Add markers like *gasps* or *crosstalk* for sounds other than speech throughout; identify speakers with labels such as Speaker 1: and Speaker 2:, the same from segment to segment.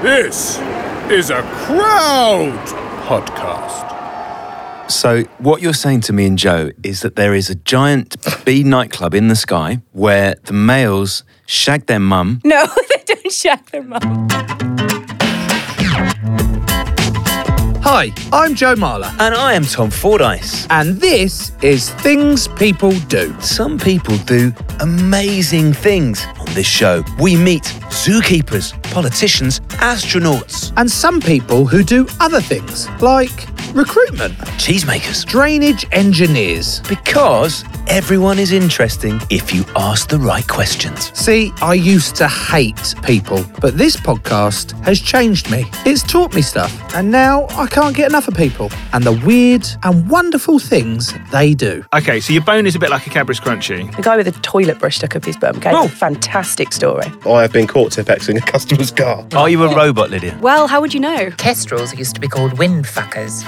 Speaker 1: This is a crowd podcast.
Speaker 2: So, what you're saying to me and Joe is that there is a giant bee nightclub in the sky where the males shag their mum.
Speaker 3: No, *laughs* they don't shag their mum.
Speaker 4: Hi, I'm Joe Marler,
Speaker 2: And I am Tom Fordyce.
Speaker 4: and this is Things People Do.
Speaker 2: Some people do amazing things on this show. We meet zookeepers, politicians, astronauts,
Speaker 4: And some people who do other things, like recruitment,
Speaker 2: cheesemakers.
Speaker 4: drainage engineers.
Speaker 2: Because everyone is interesting if you ask the right questions.
Speaker 4: See, I used to hate people, but this podcast has changed me. It's taught me stuff, and now I can't get enough of people and the weird and wonderful things they do.
Speaker 5: Okay, so your bone is a bit like a Cadbury's Crunchy.
Speaker 3: The guy with a toilet brush stuck up his bum gave a fantastic story.
Speaker 6: I have been caught tipexing a customer's car.
Speaker 2: Are you a robot, Lydia?
Speaker 3: Well, how would you know?
Speaker 7: Kestrels used to be called windfuckers.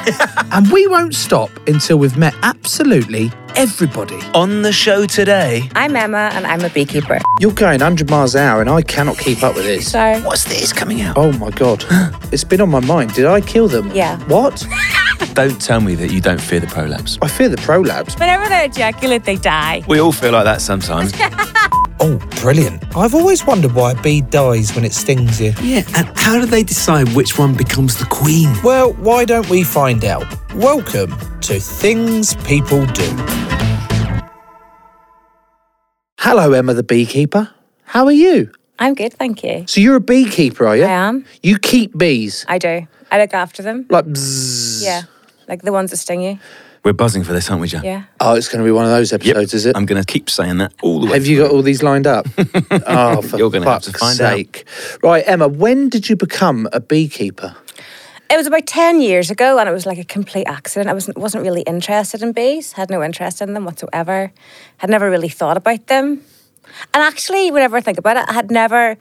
Speaker 4: And we won't stop until we've met absolutely everybody.
Speaker 2: On the show today,
Speaker 3: I'm Emma and I'm a beekeeper.
Speaker 4: You're going 100 miles an hour, and I cannot keep up with this.
Speaker 3: So,
Speaker 2: what's this coming out?
Speaker 4: Oh my god. *gasps* it's been on my mind. Did I kill them?
Speaker 3: Yeah.
Speaker 4: What?
Speaker 2: Don't tell me that you don't fear the prolapse.
Speaker 4: I fear the prolapse.
Speaker 3: whenever they ejaculate, they die.
Speaker 2: We all feel like that sometimes.
Speaker 4: Oh, brilliant. I've always wondered why a bee dies when it stings you.
Speaker 8: Yeah, and how do they decide which one becomes the queen?
Speaker 4: Well, why don't we find out? Welcome to Things People Do. Hello, Emma the beekeeper. How are you?
Speaker 3: I'm good, thank you.
Speaker 4: So you're a beekeeper, are you?
Speaker 3: I am.
Speaker 4: You keep bees.
Speaker 3: I do. I look after them.
Speaker 4: Like bzzz.
Speaker 3: Yeah. Like the ones that sting you.
Speaker 2: We're buzzing for this, aren't we, Joe?
Speaker 3: Yeah.
Speaker 4: Oh, it's going to be one of those episodes, is it?
Speaker 2: I'm going to keep saying that all the way.
Speaker 4: Have you got all these
Speaker 2: *laughs*
Speaker 4: lined up? oh, for
Speaker 2: You're gonna have
Speaker 4: fuck's
Speaker 2: to find out.
Speaker 4: sake! Right, Emma, when did you become a beekeeper?
Speaker 3: It was about 10 years ago and it was like a complete accident. I wasn't, wasn't really interested in bees, had no interest in them whatsoever, had never really thought about them. And actually, whenever I think about it, I had never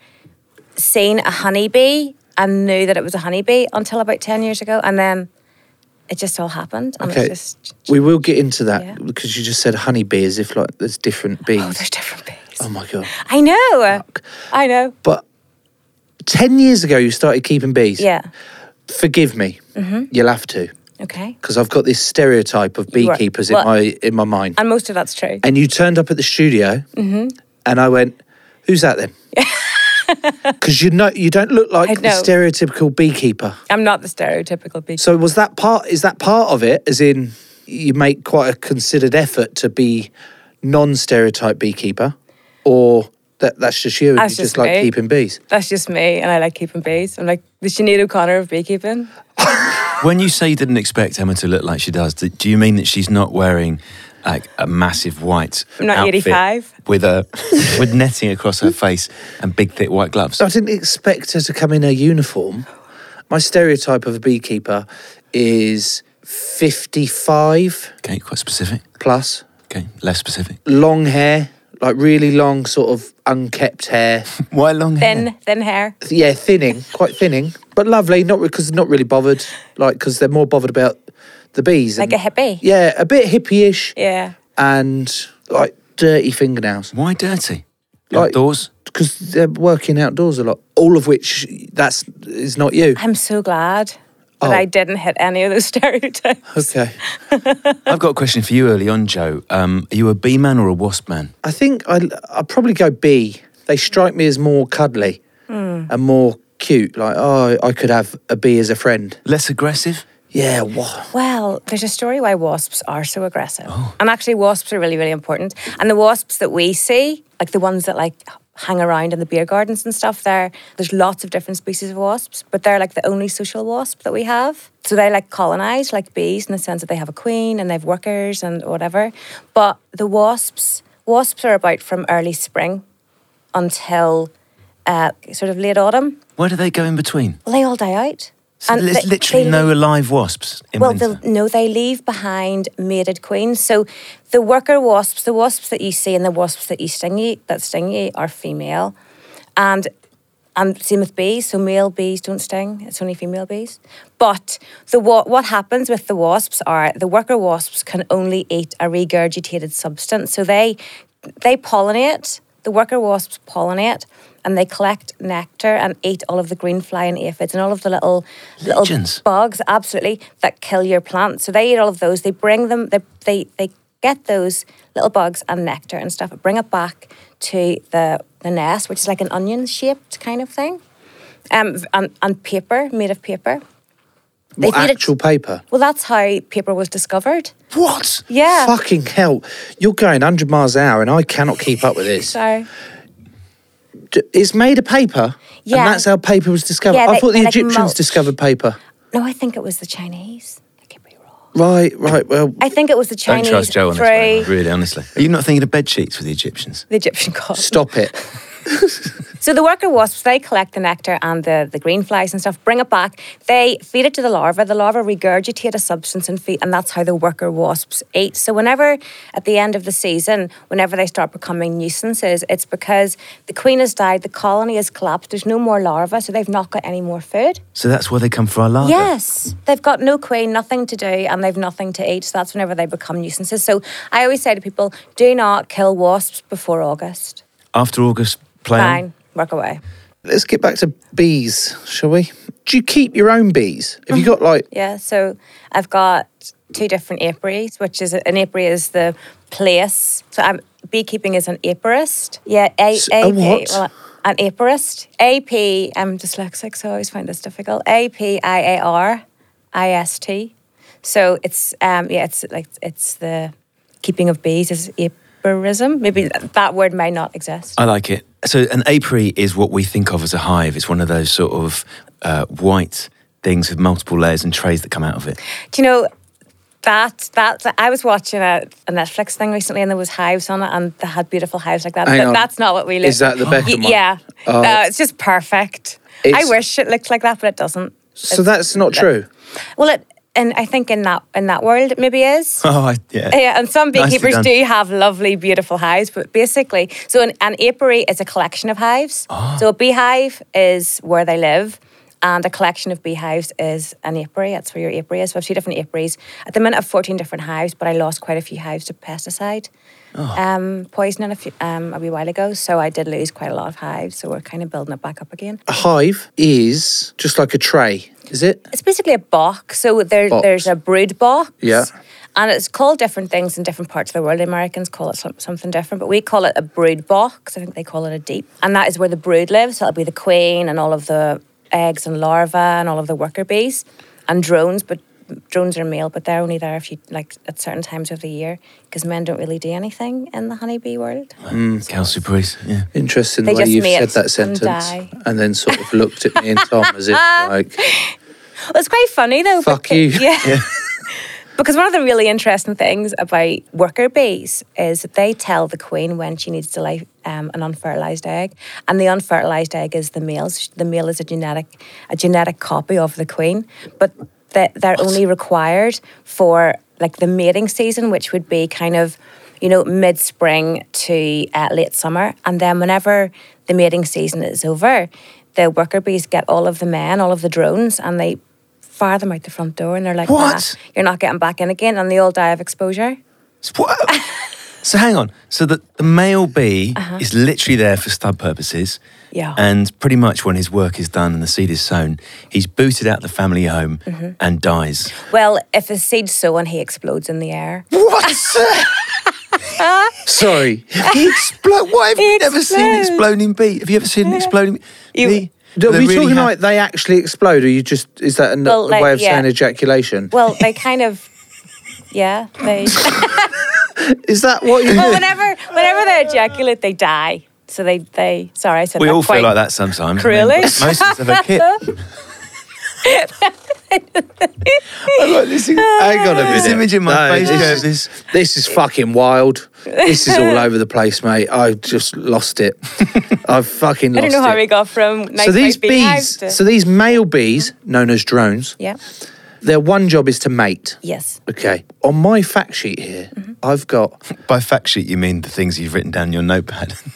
Speaker 3: seen a honeybee and knew that it was a honeybee until about 10 years ago. And then it just all happened. And
Speaker 4: Okay,
Speaker 3: it's just,
Speaker 4: we will get into that
Speaker 3: Yeah.
Speaker 4: because you just said honeybee as if like there's different bees.
Speaker 3: oh, there's different bees.
Speaker 4: Oh my god!
Speaker 3: I know. I know.
Speaker 4: But ten years ago, you started keeping bees.
Speaker 3: Yeah. Mm-hmm.
Speaker 4: Forgive me. You'll have to
Speaker 3: Okay.
Speaker 4: because I've got this stereotype of
Speaker 3: You are-
Speaker 4: beekeepers
Speaker 3: well-
Speaker 4: in my in my mind.
Speaker 3: And most of that's true.
Speaker 4: and you turned up at the studio,
Speaker 3: Mm-hmm.
Speaker 4: and I went, "Who's that
Speaker 3: *laughs*
Speaker 4: then?" Because you know you don't look like
Speaker 3: I
Speaker 4: the
Speaker 3: know.
Speaker 4: stereotypical beekeeper.
Speaker 3: I'm not the stereotypical bee.
Speaker 4: So was that part? Is that part of it? As in, you make quite a considered effort to be non-stereotype beekeeper, or that that's just you? and
Speaker 3: That's
Speaker 4: you just
Speaker 3: just
Speaker 4: like
Speaker 3: me.
Speaker 4: keeping bees.
Speaker 3: That's just me, and I like keeping bees. I'm like the Sinead O'Connor of beekeeping.
Speaker 2: When you say you didn't expect Emma to look like she does, do, do you mean that she's not wearing like a massive white
Speaker 3: I'm not
Speaker 2: outfit
Speaker 3: 85.
Speaker 2: with a *laughs* with netting across her face and big thick white gloves?
Speaker 4: So I didn't expect her to come in her uniform. My stereotype of a beekeeper is fifty-five
Speaker 2: Okay, quite specific.
Speaker 4: plus,
Speaker 2: Okay, less specific.
Speaker 4: long hair, like really long, sort of unkept
Speaker 3: *laughs*
Speaker 4: hair.
Speaker 2: Why long
Speaker 3: Thin,
Speaker 2: hair?
Speaker 3: thin hair.
Speaker 4: yeah, thinning, quite thinning, but lovely. Not because not really bothered, like because they're more bothered about the bees.
Speaker 3: Like
Speaker 4: and-
Speaker 3: a hippie.
Speaker 4: Yeah, a bit hippie-ish
Speaker 3: Yeah.
Speaker 4: and like dirty fingernails
Speaker 2: Why dirty?
Speaker 4: Like-
Speaker 2: Outdoors.
Speaker 4: because they're working outdoors a lot. All of which that's is not you.
Speaker 3: I'm so glad that
Speaker 4: Oh.
Speaker 3: I didn't hit any of those *laughs* stereotypes.
Speaker 4: Okay,
Speaker 2: I've got a question for you early on, Joe. Um, are you a bee man or a wasp man?
Speaker 4: I think I I probably go B. They strike me as more cuddly.
Speaker 3: Hmm.
Speaker 4: and more cute. Like, oh, I could have a bee as a friend.
Speaker 2: Less aggressive?
Speaker 4: Yeah, wha-
Speaker 3: Well, there's a story why wasps are so aggressive.
Speaker 2: Oh.
Speaker 3: And actually, wasps are really, really important. And the wasps that we see, like the ones that like hang around in the beer gardens and stuff, there there's lots of different species of wasps, but they're like the only social wasp that we have. So they like colonize like bees in the sense that they have a queen and they have workers and whatever. But the wasps, wasps are about from early spring until uh, sort of late autumn.
Speaker 2: Where do they go in between?
Speaker 3: Well, they all die out.
Speaker 2: So
Speaker 3: And
Speaker 2: there's
Speaker 3: they-
Speaker 2: literally
Speaker 3: they
Speaker 2: no
Speaker 3: leave-
Speaker 2: alive wasps in
Speaker 3: well,
Speaker 2: winter.
Speaker 3: they'll, no, they leave behind mated queens. So the worker wasps, the wasps that you see, and the wasps that you sting you, that sting you, are female, and and same with bees. So male bees don't sting; it's only female bees. But the what what happens with the wasps are the worker wasps can only eat a regurgitated substance. So they they pollinate. The worker wasps pollinate. And they collect nectar and eat all of the green fly and aphids and all of the little little
Speaker 2: Legends.
Speaker 3: bugs absolutely that kill your plants. So they eat all of those. They bring them. They they they get those little bugs and nectar and stuff. Bring it back to the the nest, which is like an onion shaped kind of thing, um, and, and paper made of paper.
Speaker 4: what,
Speaker 3: feed it-
Speaker 4: actual paper.
Speaker 3: Well, that's how paper was discovered.
Speaker 2: what?
Speaker 3: Yeah.
Speaker 4: Fucking hell. You're going 100 miles an hour and I cannot keep up with
Speaker 3: *laughs*
Speaker 4: this.
Speaker 3: So
Speaker 4: D- It's made of paper.
Speaker 3: Yeah.
Speaker 4: And that's how paper was discovered.
Speaker 3: Yeah,
Speaker 4: I
Speaker 3: they-
Speaker 4: thought the
Speaker 3: they, like,
Speaker 4: Egyptians
Speaker 3: mulch.
Speaker 4: discovered paper.
Speaker 3: no, I think it was the Chinese. I could be wrong.
Speaker 4: Right, right. Well,
Speaker 3: I think it was the
Speaker 2: Don't
Speaker 3: Chinese
Speaker 2: trust Joe on this, by the way,
Speaker 3: through
Speaker 2: really, honestly. Are you not thinking of bed sheets with the Egyptians?
Speaker 3: the Egyptian *laughs* cotton.
Speaker 4: stop it.
Speaker 3: So the worker wasps, they collect the nectar and the, the green flies and stuff, bring it back. They feed it to the larva. The larva regurgitate a substance and feed, and that's how the worker wasps eat. So whenever, at the end of the season, whenever they start becoming nuisances, it's because the queen has died, the colony has collapsed, there's no more larvae, so they've not got any more food.
Speaker 2: So that's where they come for our larvae.
Speaker 3: Yes, they've got no queen, nothing to do, and they've nothing to eat. So that's whenever they become nuisances. So I always say to people, do not kill wasps before August.
Speaker 2: After August playing.
Speaker 3: Fine, work away.
Speaker 4: Let's get back to bees, shall we? Do you keep your own bees? Have you
Speaker 3: *laughs*
Speaker 4: got like
Speaker 3: Yeah, so I've got two different apiaries, which is an apiary is the place. So I'm beekeeping is an apiarist. Yeah, a,
Speaker 4: S- a
Speaker 3: AP,
Speaker 4: what?
Speaker 3: Well, an apiarist. AP. I'm dyslexic, so I always find this difficult. A P I A R I S T. So it's um yeah, it's like it's the keeping of bees is apiarism. Maybe that word may not exist.
Speaker 2: I like it. So an apiary is what we think of as a hive. It's one of those sort of uh, white things with multiple layers and trays that come out of it. *laughs*
Speaker 3: Do you know that that I was watching a, a Netflix thing recently, and there was hives on it, and they had beautiful hives like that.
Speaker 4: Hang
Speaker 3: but
Speaker 4: on.
Speaker 3: that's not what we live.
Speaker 4: Is that the Beckham one?
Speaker 3: Yeah,
Speaker 4: Oh.
Speaker 3: no, it's just perfect.
Speaker 4: It's-
Speaker 3: I wish it looked like that, but it doesn't.
Speaker 4: So that's not true.
Speaker 3: Well, it and I think in that in that world it maybe is.
Speaker 2: Oh, I, yeah.
Speaker 3: *laughs* Yeah, and some
Speaker 2: Nicely
Speaker 3: beekeepers
Speaker 2: done.
Speaker 3: do have lovely, beautiful hives, but basically, so an, an apiary is a collection of hives.
Speaker 2: Ah.
Speaker 3: So a beehive is where they live, and a collection of beehives is an apiary. That's where your apiary is. We have two different apiaries. At the minute, I have 14 different hives, but I lost quite a few hives to pesticide
Speaker 2: Oh.
Speaker 3: um, poisoning a, few, um, a wee while ago. So I did lose quite a lot of hives. So we're kind of building it back up again.
Speaker 4: A hive is just like a tray, is it?
Speaker 3: It's basically a box. So there,
Speaker 4: Box.
Speaker 3: there's a brood box.
Speaker 4: Yeah.
Speaker 3: And it's called different things in different parts of the world. The Americans call it some, something different, but we call it a brood box. I think they call it a deep. And that is where the brood lives. So it'll be the queen and all of the eggs and larvae and all of the worker bees and drones. But drones are male, but they're only there if you like at certain times of the year because men don't really do anything in the honeybee world.
Speaker 2: Calciparies. Yeah.
Speaker 4: Interesting
Speaker 3: They
Speaker 4: the way
Speaker 3: just
Speaker 4: you've said
Speaker 3: mate
Speaker 4: that
Speaker 3: and
Speaker 4: sentence
Speaker 3: die.
Speaker 4: and, then sort of looked at me and Tom
Speaker 3: *laughs*
Speaker 4: as if like
Speaker 3: Well, it's quite funny though.
Speaker 4: Fuck *laughs*
Speaker 3: beca-
Speaker 4: you.
Speaker 3: Yeah. because one of the really interesting things about worker bees is that they tell the queen when she needs to lay um, an unfertilized egg, and the unfertilized egg is the male. The male is a genetic a genetic copy of the queen, but that they're only required for like the mating season, which would be kind of you know mid spring to uh, late summer, and then whenever the mating season is over. The worker bees get all of the men, all of the drones, and they fire them out the front door and they're like,
Speaker 2: What?
Speaker 3: "Nah, you're not getting back in again. And they all die of exposure.
Speaker 2: So,
Speaker 3: *laughs*
Speaker 2: what? so hang on. So the, the male bee is literally there for stud purposes.
Speaker 3: Uh-huh. Yeah.
Speaker 2: And pretty much when his work is done and the seed is sown, he's booted out the family home
Speaker 3: Mm-hmm.
Speaker 2: and dies. *laughs*
Speaker 3: Well, if a seed's sown, he explodes in the air.
Speaker 2: What? Sorry. Explo- what have you never seen
Speaker 3: Explode.
Speaker 2: exploding bee? Have you ever seen an exploding
Speaker 3: You-
Speaker 2: bee?
Speaker 4: Are
Speaker 2: They
Speaker 4: we
Speaker 2: really
Speaker 4: talking
Speaker 2: have-
Speaker 4: like they actually explode, or you just is that a
Speaker 3: Well, like,
Speaker 4: way of saying
Speaker 3: yeah.
Speaker 4: ejaculation?
Speaker 3: Well, they kind of. Yeah, they. *laughs*
Speaker 4: Is that what you?
Speaker 3: well, whenever whenever they ejaculate, they die. So they they. Sorry, I said
Speaker 2: We
Speaker 3: that
Speaker 2: all feel
Speaker 3: quite-
Speaker 2: like that sometimes.
Speaker 3: Really?
Speaker 2: I mean, most of us have a
Speaker 3: *laughs*
Speaker 2: kit. I like this.
Speaker 4: Hang
Speaker 3: *laughs*
Speaker 4: on a minute.
Speaker 2: This image in my
Speaker 4: No,
Speaker 2: face
Speaker 4: this
Speaker 2: goes,
Speaker 4: is-
Speaker 2: this.
Speaker 4: This is fucking wild. This is all over the place, mate. I just lost it. I've fucking
Speaker 3: I
Speaker 4: lost
Speaker 3: don't know how we
Speaker 4: it.
Speaker 3: got from nice
Speaker 4: so these
Speaker 3: white bee hives
Speaker 4: bees,
Speaker 3: to-
Speaker 4: so these male bees, known as drones,
Speaker 3: yeah.
Speaker 4: their one job is to mate.
Speaker 3: Yes.
Speaker 4: Okay. On my fact sheet here,
Speaker 3: Mm-hmm.
Speaker 4: I've got
Speaker 2: By fact sheet, you mean the things you've written down in your notepad. *laughs*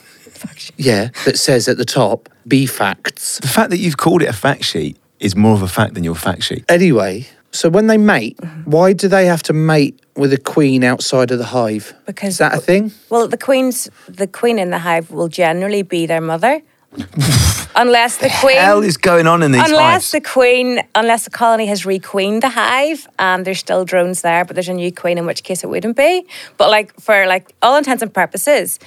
Speaker 4: yeah that says at the top bee facts.
Speaker 2: the fact that you've called it a fact sheet is more of a fact than your fact sheet.
Speaker 4: Anyway, so when they mate,
Speaker 3: Mm-hmm.
Speaker 4: why do they have to mate with a queen outside of the hive?
Speaker 3: Because-
Speaker 4: is that a thing?
Speaker 3: Well, the queen's the queen in the hive will generally be their mother,
Speaker 2: *laughs*
Speaker 3: unless the queen.
Speaker 2: Hell is going on in these hives.
Speaker 3: Unless the queen, unless the colony has requeened the hive and there's still drones there, but there's a new queen, in which case it wouldn't be. But like for like all intents and purposes,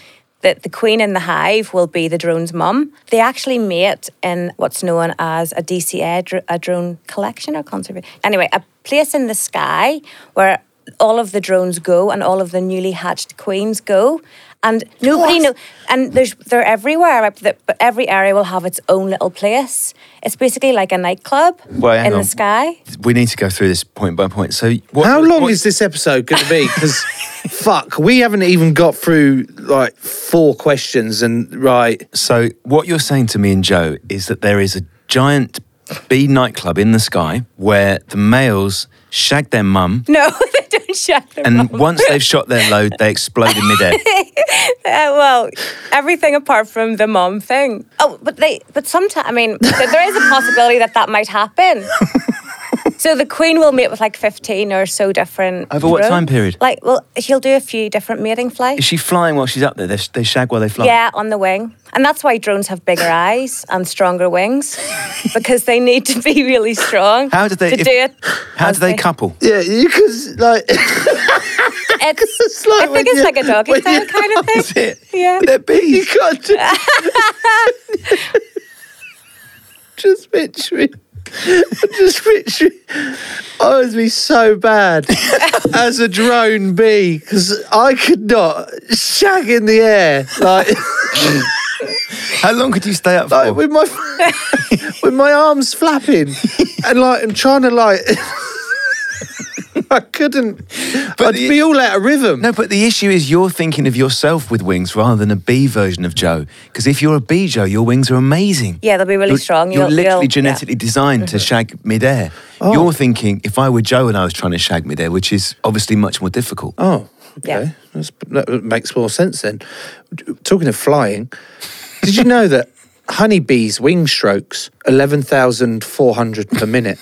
Speaker 3: that the queen in the hive will be the drone's mum. They actually mate in what's known as a DCA, dr- a drone collection or conservation. Anyway, a place in the sky where all of the drones go and all of the newly hatched queens go. And nobody know, and there's they're everywhere. right, But but every area will have its own little place. It's basically like a nightclub
Speaker 2: Well, hang
Speaker 3: in
Speaker 2: on.
Speaker 3: the sky. *laughs*
Speaker 2: we need to go through this point by point. So, what,
Speaker 4: How long
Speaker 2: what-
Speaker 4: is this episode going to
Speaker 3: *laughs*
Speaker 4: be? Because fuck, we haven't even got through like four questions, and right,
Speaker 2: So, what you're saying to me and Joe is that there is a giant bee nightclub in the sky where the males shag their mum,
Speaker 3: No, *laughs* they don't shag their
Speaker 2: and
Speaker 3: *laughs* mum.
Speaker 2: once they've shot their load, they explode in
Speaker 3: *laughs*
Speaker 2: midair.
Speaker 3: Uh, well, everything apart from the mom thing. Oh, but they, but sometimes, I mean, *laughs* th- there is a possibility that that
Speaker 2: *laughs*
Speaker 3: might happen. so the queen will mate with like 15 or so different.
Speaker 2: Over what
Speaker 3: drones.
Speaker 2: time period?
Speaker 3: Like, well, she'll do a few different mating
Speaker 2: Is
Speaker 3: flights.
Speaker 2: she flying while she's up there? They, sh- they shag while they fly.
Speaker 3: Yeah, on the wing. And that's why drones have bigger eyes and stronger
Speaker 2: *laughs*
Speaker 3: wings because they need to be really strong.
Speaker 2: How did they?
Speaker 3: to
Speaker 2: if-
Speaker 3: do it?
Speaker 2: How do
Speaker 3: as
Speaker 2: they couple?
Speaker 4: yeah, because like *laughs*
Speaker 3: It's,
Speaker 4: It's like
Speaker 3: I
Speaker 4: when
Speaker 3: think it's
Speaker 4: you-
Speaker 3: like a doggy
Speaker 4: when
Speaker 3: style
Speaker 4: you- *laughs*
Speaker 3: kind
Speaker 2: *laughs*
Speaker 3: of
Speaker 2: That's
Speaker 3: thing.
Speaker 2: it.
Speaker 3: Yeah.
Speaker 4: they're bees. You can't do- *laughs* just picturing. I'm Just picturing. I would be so bad as a drone bee because I could not shag in the air like.
Speaker 2: How long could you stay up for?
Speaker 4: like with my with my arms flapping and like I'm trying to like *laughs* I couldn't
Speaker 2: But
Speaker 4: I'd
Speaker 2: the-
Speaker 4: be all out of rhythm.
Speaker 2: no, but the issue is you're thinking of yourself with wings rather than a bee version of Joe. Because if you're a bee, Joe, your wings are amazing.
Speaker 3: Yeah, they'll be really
Speaker 2: you're,
Speaker 3: strong.
Speaker 2: You're
Speaker 3: You'll-
Speaker 2: literally
Speaker 3: you'll- yeah. Mm-hmm.
Speaker 2: genetically designed to shag midair.
Speaker 4: Oh.
Speaker 2: You're thinking, if I were Joe and I was trying to shag midair, which is obviously much more difficult.
Speaker 4: Oh,
Speaker 3: Yeah.
Speaker 4: okay. That's, that makes more sense then. Talking of flying, did you know that honeybees' wing strokes eleven thousand four hundred per minute?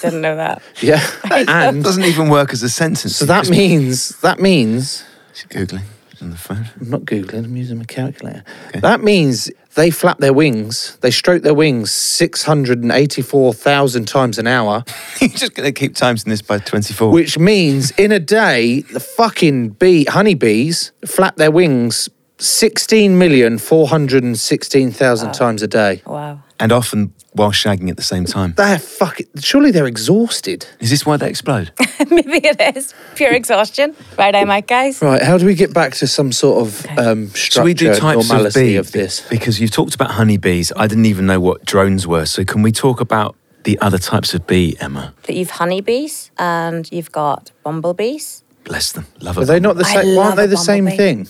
Speaker 3: Didn't know that.
Speaker 4: Yeah,
Speaker 2: It
Speaker 4: and
Speaker 2: doesn't even work as a sentence.
Speaker 4: so that means that means
Speaker 2: She's googling on the phone. *laughs*
Speaker 4: I'm not googling. I'm using my calculator. That means they flap their wings. They stroke their wings six hundred and eighty-four thousand times an hour.
Speaker 2: You're just going to keep timesing this by 24.
Speaker 4: Which means in a day, the fucking bee honeybees flap their wings sixteen million four hundred and sixteen thousand times a day.
Speaker 3: Wow. *laughs*
Speaker 2: and often while shagging at the same time.
Speaker 4: They're fucking. Surely they're exhausted.
Speaker 2: Is this why they explode?
Speaker 3: Maybe it is
Speaker 2: *laughs*
Speaker 3: pure exhaustion. Right, I might, guys.
Speaker 4: Right. How do we get back to some sort of um, structure
Speaker 2: So we do types of
Speaker 4: normality
Speaker 2: bee
Speaker 4: of, this?
Speaker 2: because you talked about honeybees. I didn't even know what drones were. So can we talk about the other types of bee, Emma?
Speaker 3: That you've honeybees and you've got bumblebees.
Speaker 2: Bless them. Love
Speaker 4: Are
Speaker 2: them.
Speaker 4: they not the
Speaker 3: I
Speaker 4: same? Aren't
Speaker 3: love
Speaker 4: they
Speaker 3: a
Speaker 4: the same
Speaker 3: bumblebee.
Speaker 4: thing?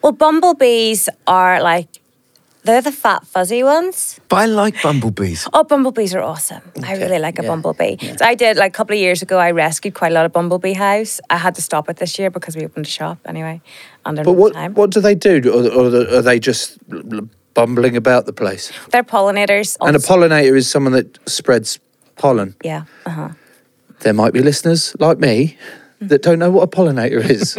Speaker 3: Well, bumblebees are like they're the fat fuzzy ones.
Speaker 2: But I like bumblebees.
Speaker 3: Oh, bumblebees are awesome. I really like a
Speaker 4: yeah,
Speaker 3: bumblebee. So I did like a couple of years ago. I rescued quite a lot of bumblebee hives. I had to stop it this year because we opened a shop anyway. And
Speaker 4: But what
Speaker 3: time.
Speaker 4: what do they do? Or, or are they just bumbling about the place?
Speaker 3: they're pollinators.
Speaker 4: And a
Speaker 3: also-
Speaker 4: pollinator is someone that spreads pollen.
Speaker 3: yeah. Uh-huh.
Speaker 4: There might be listeners like me that don't know what a pollinator is.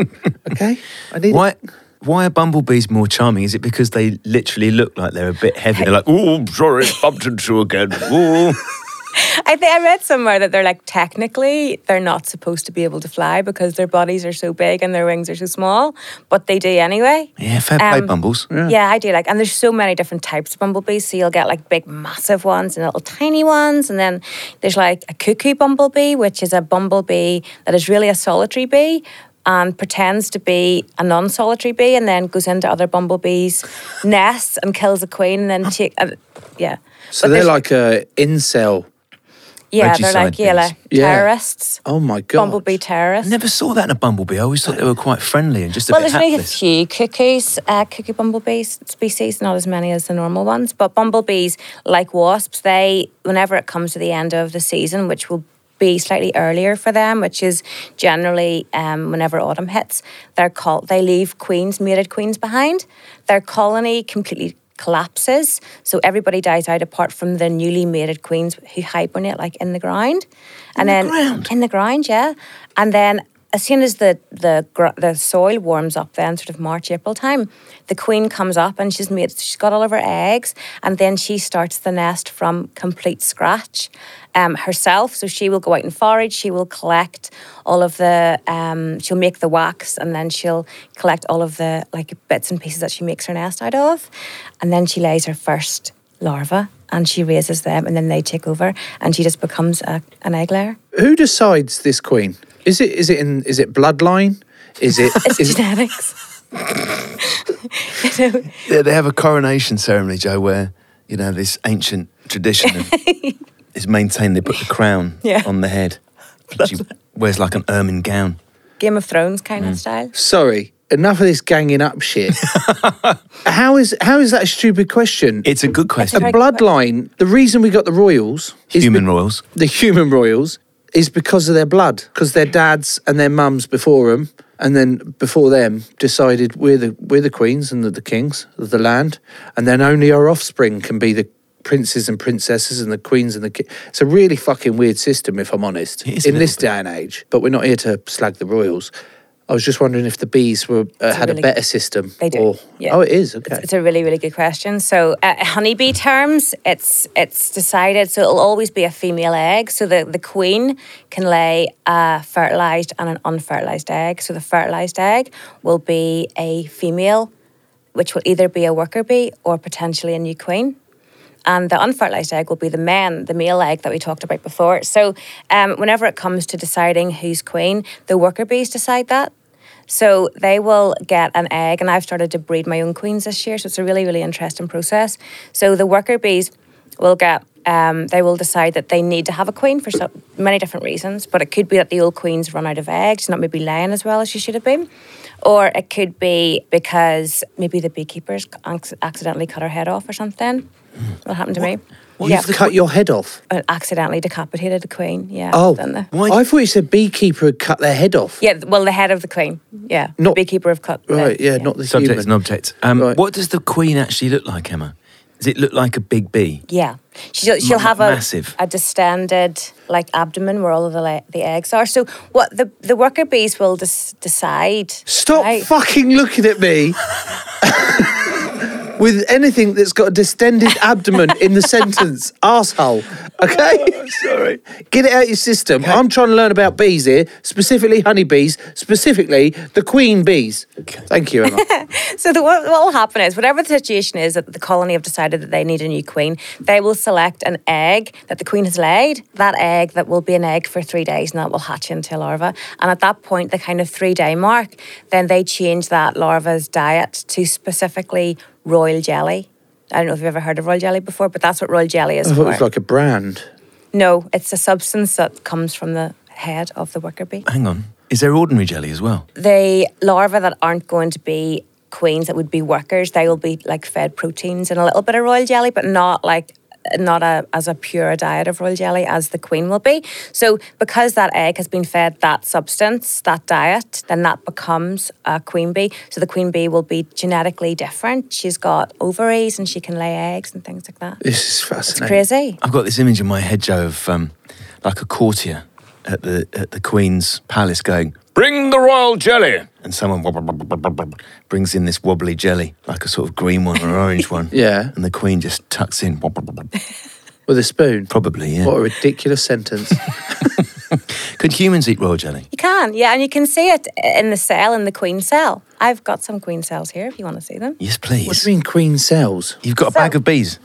Speaker 4: okay, I need.
Speaker 2: Why? Why are bumblebees more charming? Is it because they literally look like they're a bit heavy? They're like, ooh, sorry, bumped into again. Ooh.
Speaker 3: I think I read somewhere that they're like technically they're not supposed to be able to fly because their bodies are so big and their wings are so small, but they do anyway.
Speaker 2: Yeah, fair play, Bumbles.
Speaker 3: Um, Yeah. I do like, and there's so many different types of bumblebees. So you'll get like big, massive ones and little tiny ones, and then there's like a cuckoo bumblebee, which is a bumblebee that is really a solitary bee. And pretends to be a non-solitary bee, and then goes into other bumblebees' nests and kills a queen, and then take, uh, yeah.
Speaker 4: So
Speaker 3: But
Speaker 4: they're
Speaker 3: there's-
Speaker 4: like a incel.
Speaker 3: yeah, they're like
Speaker 2: Regicide
Speaker 3: yeah,
Speaker 2: bees.
Speaker 3: like
Speaker 4: Yeah.
Speaker 3: terrorists,
Speaker 4: Oh my god.
Speaker 3: bumblebee terrorists.
Speaker 2: Never saw that in a bumblebee. I always thought they were quite friendly and just a
Speaker 3: well,
Speaker 2: bit
Speaker 3: there's only a
Speaker 2: hapless.
Speaker 3: few cuckoos, uh, cuckoo bumblebees species, not as many as the normal ones. But bumblebees, like wasps, they whenever it comes to the end of the season, which will be slightly earlier for them, which is generally um, whenever autumn hits, they're col- they leave queens, mated queens behind. Their colony completely collapses, so everybody dies out apart from the newly mated queens who hibernate like in the ground, and then in the ground, yeah, and then as soon as the the gr- the soil warms up, then sort of March April time, the queen comes up and she's made she's got all of her eggs, and then she starts the nest from complete scratch um, herself. So she will go out and forage. She will collect all of the um, she'll make the wax, and then she'll collect all of the like bits and pieces that she makes her nest out of, and then she lays her first larva and she raises them, and then they take over, and she just becomes a, an egg layer.
Speaker 4: Who decides this queen? Is it is it in is it bloodline? Is it
Speaker 3: It's
Speaker 4: is it
Speaker 3: genetics. *laughs*
Speaker 2: Yeah, they have a coronation ceremony, Joe, where you know this ancient tradition of, is maintained. They put the crown
Speaker 3: Yeah.
Speaker 2: on the head. She wears like an ermine gown.
Speaker 3: Game of Thrones kind
Speaker 4: Mm.
Speaker 3: of style.
Speaker 4: sorry, enough of this ganging up shit. how is how is that a stupid question?
Speaker 2: It's a good
Speaker 4: a
Speaker 2: question.
Speaker 3: very-
Speaker 4: bloodline. The reason we got the royals is
Speaker 2: Human
Speaker 4: be-
Speaker 2: royals.
Speaker 4: the human royals is because of their blood, because their dads and their mums before them, and then before them decided we're the we're the queens and the, the kings of the land, and then only our offspring can be the princes and princesses and the queens and the ki- it's a really fucking weird system if i'm honest
Speaker 2: It is a
Speaker 4: in
Speaker 2: little
Speaker 4: this
Speaker 2: bit.
Speaker 4: day and age but we're not here to slag the royals i was just wondering if the bees were uh,
Speaker 3: a
Speaker 4: had a
Speaker 3: really-
Speaker 4: better system
Speaker 3: They do.
Speaker 4: or-
Speaker 3: yeah.
Speaker 4: oh it is okay
Speaker 3: It's, it's a really, really good question. So, uh, honeybee terms, it's it's decided. So it'll always be a female egg. So the the queen can lay a fertilized and an unfertilized egg. So the fertilized egg will be a female, which will either be a worker bee or potentially a new queen. and the unfertilized egg will be the men, the male egg that we talked about before. So, um, whenever it comes to deciding who's queen, the worker bees decide that. So they will get an egg, and I've started to breed my own queens this year. So it's a really, really interesting process. So the worker bees will get. Um, they will decide that they need to have a queen for so many different reasons, but it could be that the old queen's run out of eggs, not maybe laying as well as she should have been, or it could be because maybe the beekeeper's ac- accidentally cut her head off or something. What happened to me? yeah,
Speaker 4: you've cut your head off
Speaker 3: uh, accidentally decapitated the queen. Yeah.
Speaker 4: oh
Speaker 3: done that.
Speaker 2: Why-
Speaker 4: i thought you said beekeeper had cut their head off
Speaker 3: Yeah. Well, the head of the queen. Yeah. the
Speaker 4: Not-
Speaker 3: beekeeper of cut. the-
Speaker 4: right yeah, not the
Speaker 2: Subject
Speaker 4: human.
Speaker 2: is an object. Um,
Speaker 4: Right.
Speaker 2: What does the queen actually look like, Emma? Does it look like a big bee?
Speaker 3: Yeah, she'll, she'll have a
Speaker 2: massive.
Speaker 3: a distended like abdomen where all of the la- the eggs are. So what the the worker bees will des- decide.
Speaker 4: Stop
Speaker 3: right?
Speaker 4: fucking looking at me *laughs* with anything that's got a distended abdomen in the sentence, asshole. *laughs* Okay? Oh, sorry. Get it out of your system. I'm trying to learn about bees here, specifically honeybees, specifically the queen bees. Thank you, Emma.
Speaker 3: So the, what what will happen is whatever the situation is that the colony have decided that they need a new queen, they will select an egg that the queen has laid. That egg that will be an egg for three days, and that will hatch into a larva. And at that point, the kind of three day mark, then they change that larva's diet to specifically royal jelly. I don't know if you've ever heard of royal jelly before, but that's what royal jelly is
Speaker 4: I thought
Speaker 3: for.
Speaker 4: it was like a brand.
Speaker 3: No, it's a substance that comes from the head of the worker bee.
Speaker 2: Hang on. Is there ordinary jelly as well?
Speaker 3: The larvae that aren't going to be queens that would be workers, they will be like fed proteins and a little bit of royal jelly, but not like not a, as a pure diet of royal jelly as the queen will be. So because that egg has been fed that substance, that diet, then that becomes a queen bee. So the queen bee will be genetically different. She's got ovaries and she can lay eggs and things like that.
Speaker 4: This is fascinating.
Speaker 3: Crazy.
Speaker 2: I've got this image in my head, Joe, of um, like a courtier at the at the Queen's palace going,
Speaker 1: Bring the royal jelly.
Speaker 2: and someone brings in this wobbly jelly, like a sort of green one or orange one.
Speaker 4: *laughs* Yeah.
Speaker 2: And the Queen just tucks in.
Speaker 4: With a spoon?
Speaker 2: Probably, yeah.
Speaker 4: What a ridiculous sentence.
Speaker 2: Could humans eat royal jelly?
Speaker 3: You can, yeah, and you can see it in the cell, in the queen cell. I've got some queen cells here if you want to see them.
Speaker 2: Yes, please.
Speaker 4: *laughs* what do you mean queen cells?
Speaker 2: have got a bag of bees.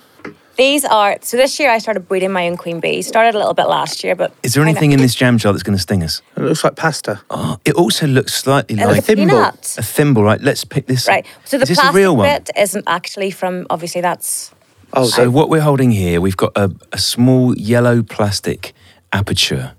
Speaker 3: These are, so this year I started breeding my own queen bees. Started a little bit last year, but.
Speaker 2: Is there
Speaker 3: I know-
Speaker 2: anything in this jam jar that's going to sting us?
Speaker 4: It looks like pasta.
Speaker 2: Oh, it also looks slightly
Speaker 3: It
Speaker 2: like
Speaker 3: looks like a peanut.
Speaker 2: A thimble, right? Let's pick this.
Speaker 3: Right. So the
Speaker 2: Is this
Speaker 3: plastic
Speaker 2: a real one?
Speaker 3: bit isn't actually from, obviously, that's.
Speaker 4: Oh,
Speaker 2: So what we're holding here, we've got a, a small yellow plastic aperture,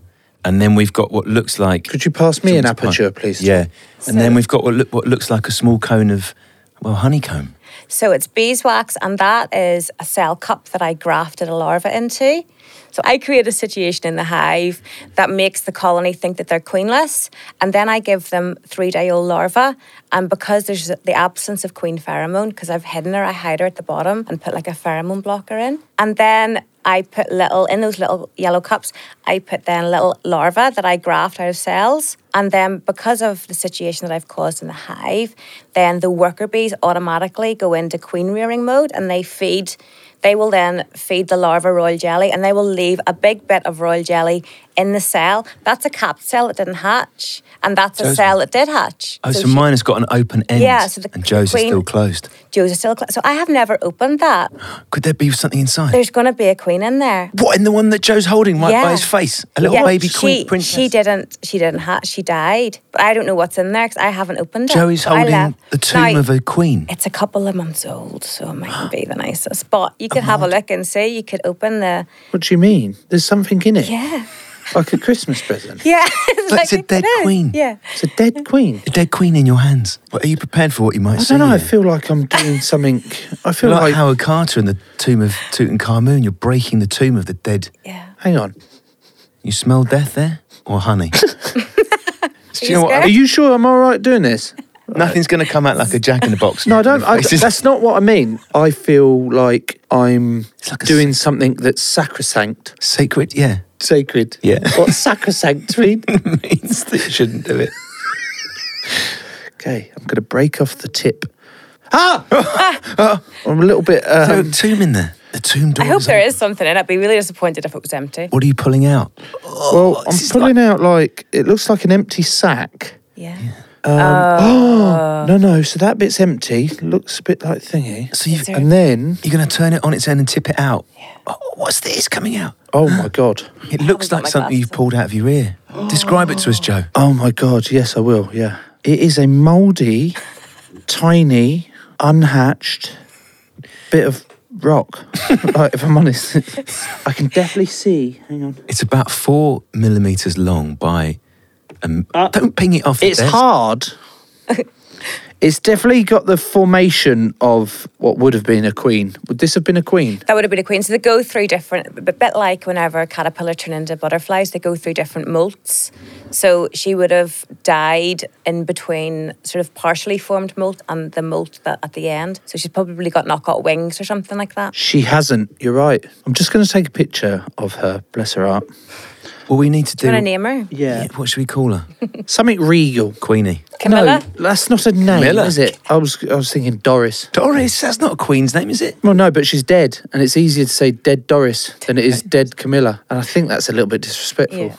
Speaker 2: and then we've got what looks like.
Speaker 4: Could you pass me an
Speaker 2: Short pine.
Speaker 4: aperture, please?
Speaker 2: Yeah,
Speaker 3: So-
Speaker 2: and then we've got what, look, what looks like a small cone of, well, honeycomb.
Speaker 3: So it's beeswax, and that is a cell cup that I grafted a larva into. So I create a situation in the hive that makes the colony think that they're queenless, and then I give them three-day-old larvae. And because there's the absence of queen pheromone, because I've hidden her, I hide her at the bottom and put like a pheromone blocker in, and then. I put little in those little yellow cups. I put then little larvae that I graft out of cells, and then because of the situation that I've caused in the hive, then the worker bees automatically go into queen rearing mode, and they feed. They will then feed the larva royal jelly, and they will leave a big bit of royal jelly in the cell. That's a capped cell that didn't hatch, and that's a
Speaker 2: Joe's-
Speaker 3: cell that did hatch.
Speaker 2: Oh, so,
Speaker 3: she-
Speaker 2: mine has got an open end.
Speaker 3: Yeah, so the
Speaker 2: and Joe's is
Speaker 3: queen-
Speaker 2: still closed.
Speaker 3: Joe's are still cl- so I have never opened that.
Speaker 2: Could there be something inside?
Speaker 3: There's going to be a queen in there.
Speaker 2: what in the one that Joe's holding right by
Speaker 3: Yeah.
Speaker 2: his face? A little
Speaker 3: Yeah,
Speaker 2: baby queen
Speaker 3: she,
Speaker 2: princess.
Speaker 3: She didn't. She didn't. Ha- she died. But I don't know what's in there because I haven't opened it.
Speaker 2: Joey's
Speaker 3: So I
Speaker 2: holding
Speaker 3: left-
Speaker 2: the tomb
Speaker 3: Now,
Speaker 2: of a queen.
Speaker 3: It's a couple of months old, so it mightn't be the nicest. But
Speaker 2: *gasps*
Speaker 3: you could have a look and see. You could open the.
Speaker 4: What do you mean? There's something in it.
Speaker 3: Yeah.
Speaker 4: Like a Christmas present.
Speaker 3: *laughs* Yeah.
Speaker 2: But it's a dead
Speaker 3: it is.
Speaker 2: queen.
Speaker 3: Yeah.
Speaker 4: It's a dead queen.
Speaker 2: The dead queen in your hands. What, are you prepared for what you might
Speaker 4: I
Speaker 2: see?
Speaker 4: don't know. I
Speaker 2: here?
Speaker 4: feel like I'm doing something. I feel
Speaker 2: You're
Speaker 4: like.
Speaker 2: like Howard Carter in the tomb of Tutankhamun. You're breaking the tomb of the dead.
Speaker 3: Yeah.
Speaker 4: Hang on.
Speaker 2: You smell death there or
Speaker 4: *laughs*
Speaker 2: honey? Do you know
Speaker 4: Are you sure I'm all right doing this?
Speaker 2: Nothing's going to come out like a jack in the box.
Speaker 4: No, I don't.
Speaker 2: *laughs*
Speaker 4: I,
Speaker 2: It's just-
Speaker 4: that's not what I mean. I feel like I'm
Speaker 2: like a
Speaker 4: doing something that's sacrosanct,
Speaker 2: sacred. Yeah,
Speaker 4: sacred. *laughs*
Speaker 2: Yeah. *laughs*
Speaker 4: What sacrosanct mean?
Speaker 2: means that you shouldn't do it.
Speaker 4: okay, I'm going to break off the tip.
Speaker 2: *laughs*
Speaker 4: Ah! I'm a little
Speaker 2: Is
Speaker 4: bit.
Speaker 2: there
Speaker 4: Um,
Speaker 2: a tomb in there? The tomb door.
Speaker 3: I hope
Speaker 2: is
Speaker 3: there
Speaker 2: open.
Speaker 3: is something in it. I'd be really disappointed if it was empty.
Speaker 2: What are you pulling out? oh,
Speaker 4: well, I'm pulling out like it looks like an empty sack.
Speaker 3: Yeah.
Speaker 4: No, no. So that bit's empty. Looks a bit like thingy.
Speaker 2: So you've,
Speaker 4: And then,
Speaker 2: you're going to turn it on its end and tip it out. Oh, what's this coming out?
Speaker 4: oh my *gasps* god.
Speaker 2: It looks
Speaker 3: got
Speaker 2: like
Speaker 3: my
Speaker 2: something
Speaker 3: glasses
Speaker 2: you've pulled out of your
Speaker 3: *gasps*
Speaker 2: ear. Describe it to us, Joe.
Speaker 4: Oh my god, yes, I will. Yeah, it is a mouldy, tiny, unhatched bit of *laughs* rock. like, if I'm honest, I can definitely see. Hang on,
Speaker 2: It's about four millimeters long by. Um, don't ping it off. the
Speaker 4: Uh, it's
Speaker 2: desk.
Speaker 4: hard. *laughs* it's definitely got the formation of what would have been a queen. Would this have been a queen?
Speaker 3: That would have been a queen. So they go through different, a bit like whenever a caterpillar turn into butterflies, they go through different molts. So she would have died in between sort of partially formed molt and the molt that at the end. So she's probably got not got wings or something like that.
Speaker 4: She hasn't. You're right. I'm just going to take a picture of her. Bless her heart.
Speaker 2: Well, we need to do.
Speaker 3: Do you want to name her?
Speaker 4: Yeah.
Speaker 2: What should we call her?
Speaker 4: Something regal.
Speaker 2: Queenie.
Speaker 3: Camilla?
Speaker 4: No, that's not a name,
Speaker 2: Camilla.
Speaker 4: is it? I was I was thinking Doris.
Speaker 2: Doris. That's not a queen's name, is it?
Speaker 4: Well, no, but she's dead, and it's easier to say dead Doris than it is dead Camilla, and I think that's a little bit disrespectful.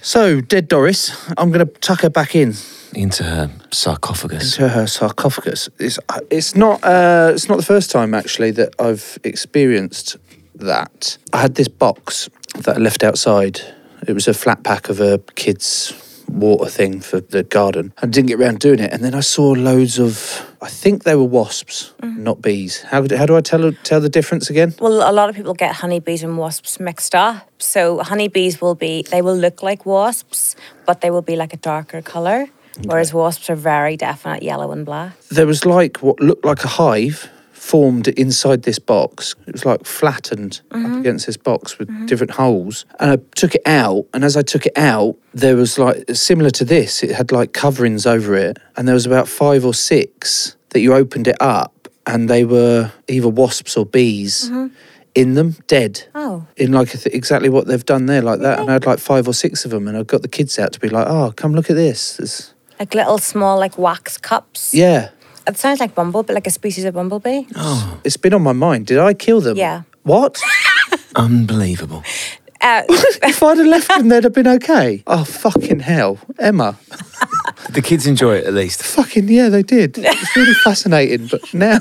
Speaker 4: *laughs* so, dead Doris, I'm going to tuck her back in
Speaker 2: Into her sarcophagus.
Speaker 4: to her sarcophagus. It's uh, it's not uh, it's not the first time actually that I've experienced that. I had this box that I left outside. It was a flat pack of a kid's water thing for the garden. I didn't get around doing it, and then I saw loads of. I think they were wasps, not bees. How could- how do I tell tell the difference again?
Speaker 3: Well, a lot of people get honeybees and wasps mixed up. So honeybees will be, they will look like wasps, but they will be like a darker colour. Whereas wasps are very definite yellow and black.
Speaker 4: there was like what looked like a hive formed inside this box. It was like flattened up against this box with different holes. And I took it out, and as I took it out, there was like similar to this. It had like coverings over it, and there was about five or six that you opened it up, and they were either wasps or bees. In them, dead.
Speaker 3: Oh.
Speaker 4: In like a th- exactly what they've done there, like that. And I had like five or six of them, and I got the kids out to be like, oh, come look at this. It's,
Speaker 3: Like little small, like wax cups.
Speaker 4: yeah.
Speaker 3: It sounds like
Speaker 4: *gasps*
Speaker 3: bumblebee, like a species of bumblebee. *laughs*
Speaker 4: It's been on my mind. Did I kill them?
Speaker 3: Yeah.
Speaker 4: What?
Speaker 2: Unbelievable.
Speaker 3: Uh,
Speaker 4: if I'd have left them, they'd have been okay. Oh, fucking hell. Emma.
Speaker 2: The kids enjoy it at least.
Speaker 4: Fucking, yeah, they did. It's really fascinating. But now,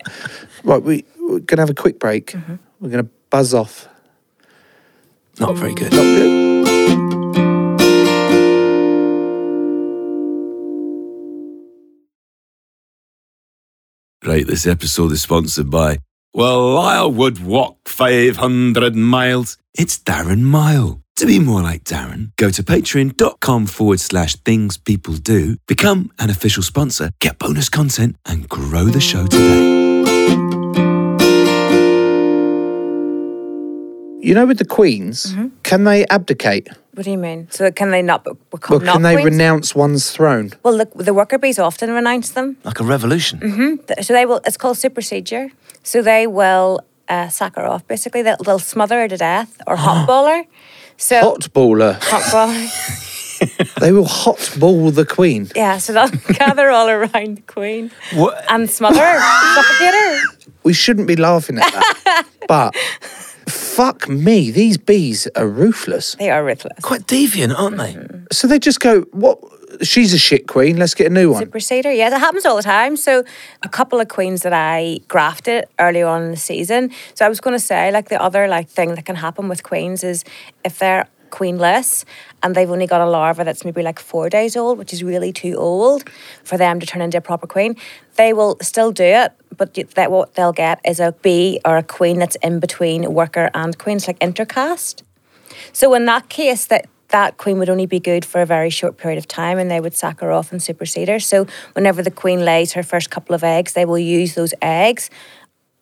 Speaker 4: *laughs* right, we, we're going to have a quick break.
Speaker 3: Mm-hmm.
Speaker 4: We're going to buzz off.
Speaker 2: Not very good.
Speaker 9: Right, this episode is sponsored by. Well, I would walk 500 miles. It's Darren Mile. To be more like Darren, go to patreon.com forward slash things people do, become an official sponsor, get bonus content, and grow the show today.
Speaker 4: You know, with the queens,
Speaker 3: Mm-hmm.
Speaker 4: can they abdicate?
Speaker 3: what do you mean? So can they not be- become
Speaker 4: Or
Speaker 3: not
Speaker 4: can they
Speaker 3: queens?
Speaker 4: renounce one's throne?
Speaker 3: Well, the, the worker bees often renounce them.
Speaker 2: Like a revolution.
Speaker 3: Th- So they will. It's called supersedure. So they will uh, sack her off. Basically, they'll, they'll smother her to death
Speaker 4: *gasps*
Speaker 3: or hotball her. So
Speaker 4: Hot baller.
Speaker 3: hotball *laughs* her.
Speaker 4: They will hot ball the queen.
Speaker 3: Yeah,
Speaker 4: *laughs*
Speaker 3: so they'll gather all around the queen
Speaker 2: What?
Speaker 3: and smother her, suffocate her.
Speaker 4: We shouldn't be laughing at that.
Speaker 3: *laughs*
Speaker 4: but fuck me, these bees are ruthless.
Speaker 3: They are ruthless.
Speaker 2: Quite deviant, aren't they?
Speaker 4: So they just go, what? She's a shit queen. Let's get a new one.
Speaker 3: Superseder, yeah, that happens all the time. So a couple of queens that I grafted earlier on in the season. So I was going to say, like the other like thing that can happen with queens is if they're queenless and they've only got a larva that's maybe like four days old, which is really too old for them to turn into a proper queen, they will still do it. But you- that what they'll get is a bee or a queen that's in between worker and queens, like intercast. So in that case, that that queen would only be good for a very short period of time, and they would sack her off and supersede her. So whenever the queen lays her first couple of eggs, they will use those eggs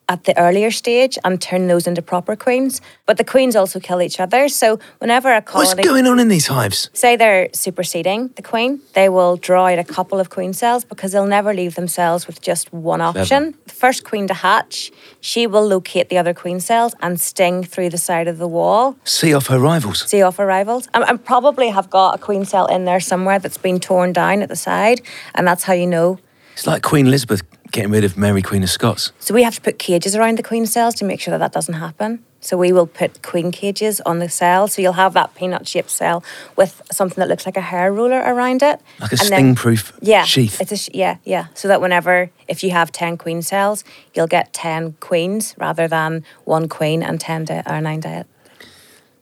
Speaker 3: at the earlier stage and turn those into proper queens. But the queens also kill each other. So whenever a colony
Speaker 2: What's going on in these hives?
Speaker 3: say they're superseding the queen, they will draw out a couple of queen cells because they'll never leave themselves with just one option. The first queen to hatch, she will locate the other queen cells and sting through the side of the wall
Speaker 2: See off her rivals.
Speaker 3: see off arrivals. And, and probably have got a queen cell in there somewhere that's been torn down at the side, and that's how you know.
Speaker 2: It's like Queen Elizabeth getting rid of Mary Queen of Scots.
Speaker 3: So we have to put cages around the queen cells to make sure that that doesn't happen. So we will put queen cages on the cell, so you'll have that peanut-shaped cell with something that looks like a hair roller around it,
Speaker 2: Like a
Speaker 3: And then-
Speaker 2: sting-proof
Speaker 3: yeah,
Speaker 2: sheath.
Speaker 3: It's a sh- yeah, yeah. So that whenever if you have ten queen cells, you'll get ten queens rather than one queen and ten di- or nine diet.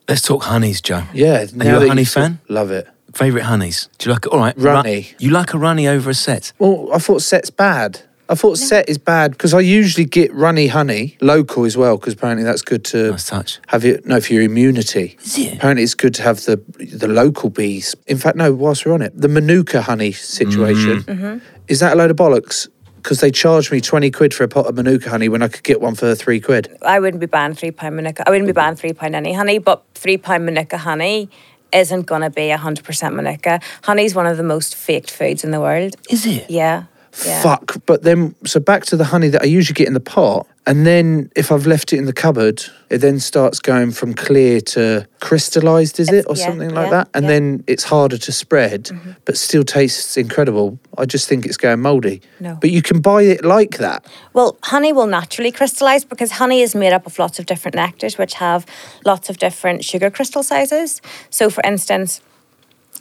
Speaker 2: Let's talk honeys, Joe.
Speaker 4: Yeah.
Speaker 2: Are
Speaker 4: now
Speaker 2: you
Speaker 4: that
Speaker 2: a honey
Speaker 4: said-
Speaker 2: fan?
Speaker 4: Love it.
Speaker 2: Favourite honeys? Do you like All right. ru-
Speaker 4: Runny.
Speaker 2: you like a runny over a set?
Speaker 4: Well, I thought set's bad. I thought set is bad because I usually get runny honey, local as well, because apparently that's good to
Speaker 2: Nice touch.
Speaker 4: have your no for your immunity.
Speaker 2: Is it?
Speaker 4: Apparently, it's good to have the the local bees. In fact, no. Whilst we're on it, the Manuka honey situation
Speaker 2: Mm-hmm.
Speaker 4: is that a load of bollocks? Because they charged me twenty quid for a pot of Manuka honey when I could get one for three quid.
Speaker 3: I wouldn't be banned three pound manuka. I wouldn't be banned three pound any honey, but three pound manuka honey isn't gonna be hundred percent manuka. Honey's one of the most faked foods in the world.
Speaker 2: Is it?
Speaker 3: Yeah. yeah.
Speaker 4: Fuck. But then, so back to the honey that I usually get in the pot, and then if I've left it in the cupboard, it then starts going from clear to crystallized, is it, or
Speaker 3: yeah,
Speaker 4: something like
Speaker 3: yeah,
Speaker 4: that? And
Speaker 3: yeah. Mm-hmm.
Speaker 4: then it's harder to spread, but still tastes incredible. I just think it's going mouldy.
Speaker 3: No.
Speaker 4: But you can buy it like that.
Speaker 3: Well, honey will naturally crystallize because honey is made up of lots of different nectars, which have lots of different sugar crystal sizes. So, for instance,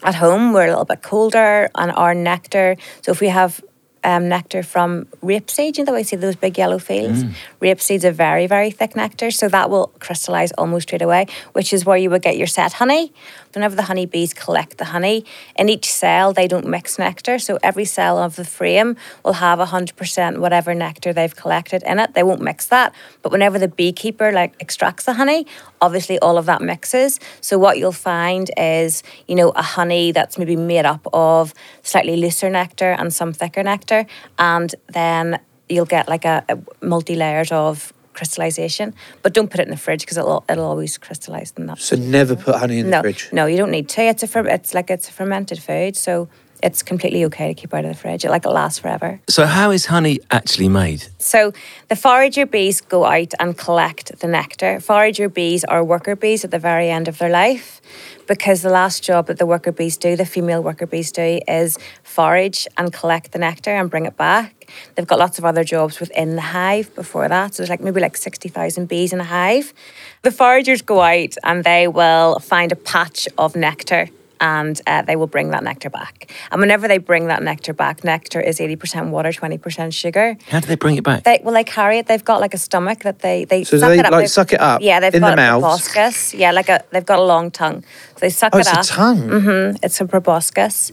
Speaker 3: at home we're a little bit colder, and our nectar. So, if we have um, nectar from rapeseed, you know, I see those big yellow fields. Rapeseed's a very, very thick nectar, so that will crystallize almost straight away, which is where you would get your set honey. Whenever the honey bees collect the honey, in each cell they don't mix nectar, so every cell of the frame will have 100% whatever nectar they've collected in it. They won't mix that, but whenever the beekeeper like extracts the honey, obviously all of that mixes. So what you'll find is, you know, a honey that's maybe made up of slightly looser nectar and some thicker nectar, and then you'll get like a, a multi layers of crystallization. But don't put it in the fridge because it'll it'll always crystallize. And that
Speaker 4: So never put honey in the
Speaker 3: no,
Speaker 4: fridge.
Speaker 3: no, you don't need to. It's a fer- it's like it's a fermented food, so it's completely okay to keep out of the fridge. It like it lasts forever.
Speaker 2: So, how is honey actually made?
Speaker 3: So the forager bees go out and collect the nectar. Forager bees are worker bees at the very end of their life because the last job that the worker bees do, the female worker bees do, is forage and collect the nectar and bring it back. They've got lots of other jobs within the hive before that. So there's like maybe like 60,000 bees in a hive. The foragers go out and they will find a patch of nectar and uh, they will bring that nectar back. And whenever they bring that nectar back, nectar is 80% water, 20% sugar.
Speaker 2: How do they bring it back?
Speaker 3: They, well, they carry it. They've got like a stomach that they they
Speaker 4: So do
Speaker 3: suck
Speaker 4: they,
Speaker 3: it up.
Speaker 4: like,
Speaker 3: They've-
Speaker 4: suck it up
Speaker 3: Yeah, they've
Speaker 4: in
Speaker 3: got
Speaker 4: the
Speaker 3: a
Speaker 4: mouth?
Speaker 3: proboscis. Yeah, like a they've got a long tongue. So they suck
Speaker 4: Oh,
Speaker 3: it
Speaker 4: it's a
Speaker 3: up.
Speaker 4: tongue.
Speaker 3: hmm It's a proboscis,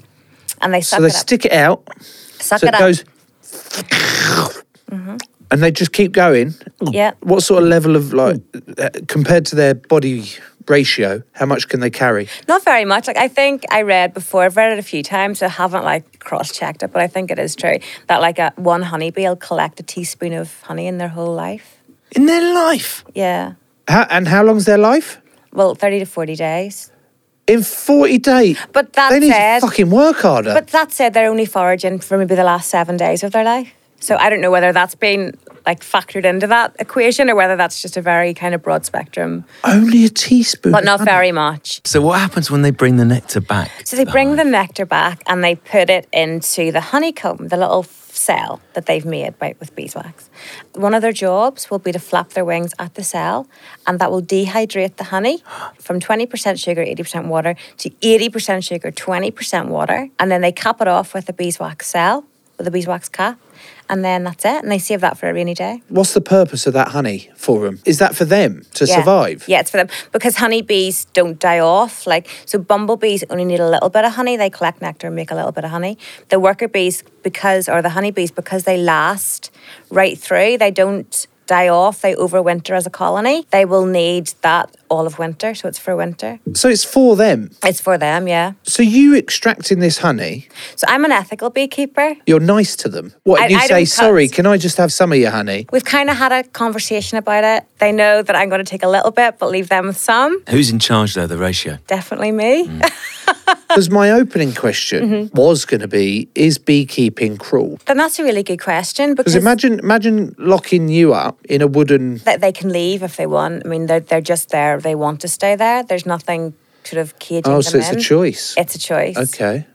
Speaker 3: and they suck
Speaker 4: so they
Speaker 3: it up.
Speaker 4: stick it out.
Speaker 3: suck
Speaker 4: so it
Speaker 3: it up.
Speaker 4: goes. And they just keep going.
Speaker 3: Mm-hmm. Yeah.
Speaker 4: What sort of level of like uh, compared to their body ratio? How much can they carry?
Speaker 3: Not very much. Like I think I read before. I've read it a few times. So I haven't like cross checked it, but I think it is true that like a one honeybee will collect a teaspoon of honey in their whole life.
Speaker 2: In their life.
Speaker 3: Yeah.
Speaker 4: How, and how long's their life?
Speaker 3: Well, thirty to forty days.
Speaker 4: In forty days.
Speaker 3: But that
Speaker 4: they need
Speaker 3: said-
Speaker 4: to fucking work harder.
Speaker 3: But that said, they're only foraging for maybe the last seven days of their life. So I don't know whether that's been like factored into that equation or whether that's just a very kind of broad spectrum,
Speaker 4: Only a teaspoon. *laughs*
Speaker 3: but not very much.
Speaker 2: So, what happens when they bring the nectar back?
Speaker 3: So they bring the nectar back and they put it into the honeycomb, the little cell that they've made by, with beeswax. One of their jobs will be to flap their wings at the cell, and that will dehydrate the honey from 20% sugar, 80% water to 80% sugar, 20% water. And then they cap it off with a beeswax cell, with a beeswax cap. And then that's it. And they save that for a rainy day.
Speaker 4: What's the purpose of that honey for them? Is that for them to
Speaker 3: Yeah.
Speaker 4: survive?
Speaker 3: Yeah, it's for them because honeybees don't die off. Like so, bumblebees only need a little bit of honey. They collect nectar and make a little bit of honey. The worker bees, because or the honeybees, because they last right through, they don't die off. They overwinter as a colony. They will need that all of winter, so it's for winter.
Speaker 4: So it's for them.
Speaker 3: It's for them, yeah.
Speaker 4: So you extracting this honey,
Speaker 3: So I'm an ethical beekeeper.
Speaker 4: you're nice to them. What
Speaker 3: I-
Speaker 4: and you
Speaker 3: I don't
Speaker 4: say?
Speaker 3: cut.
Speaker 4: Sorry, can I just have some of your honey?
Speaker 3: We've kind of had a conversation about it. They know that I'm going to take a little bit, but leave them with some.
Speaker 2: Who's in charge, though, the ratio?
Speaker 3: Definitely me.
Speaker 4: Mm. Because my opening question
Speaker 3: Mm-hmm.
Speaker 4: was going to be: Is beekeeping cruel?
Speaker 3: *laughs* then that's a really good question
Speaker 4: Because imagine, imagine locking you up in a wooden.
Speaker 3: that they can leave if they want. I mean, they're they're just there. They want to stay there. There's nothing sort of caging
Speaker 4: Oh,
Speaker 3: them
Speaker 4: so it's a
Speaker 3: in.
Speaker 4: choice.
Speaker 3: It's a choice.
Speaker 4: Okay,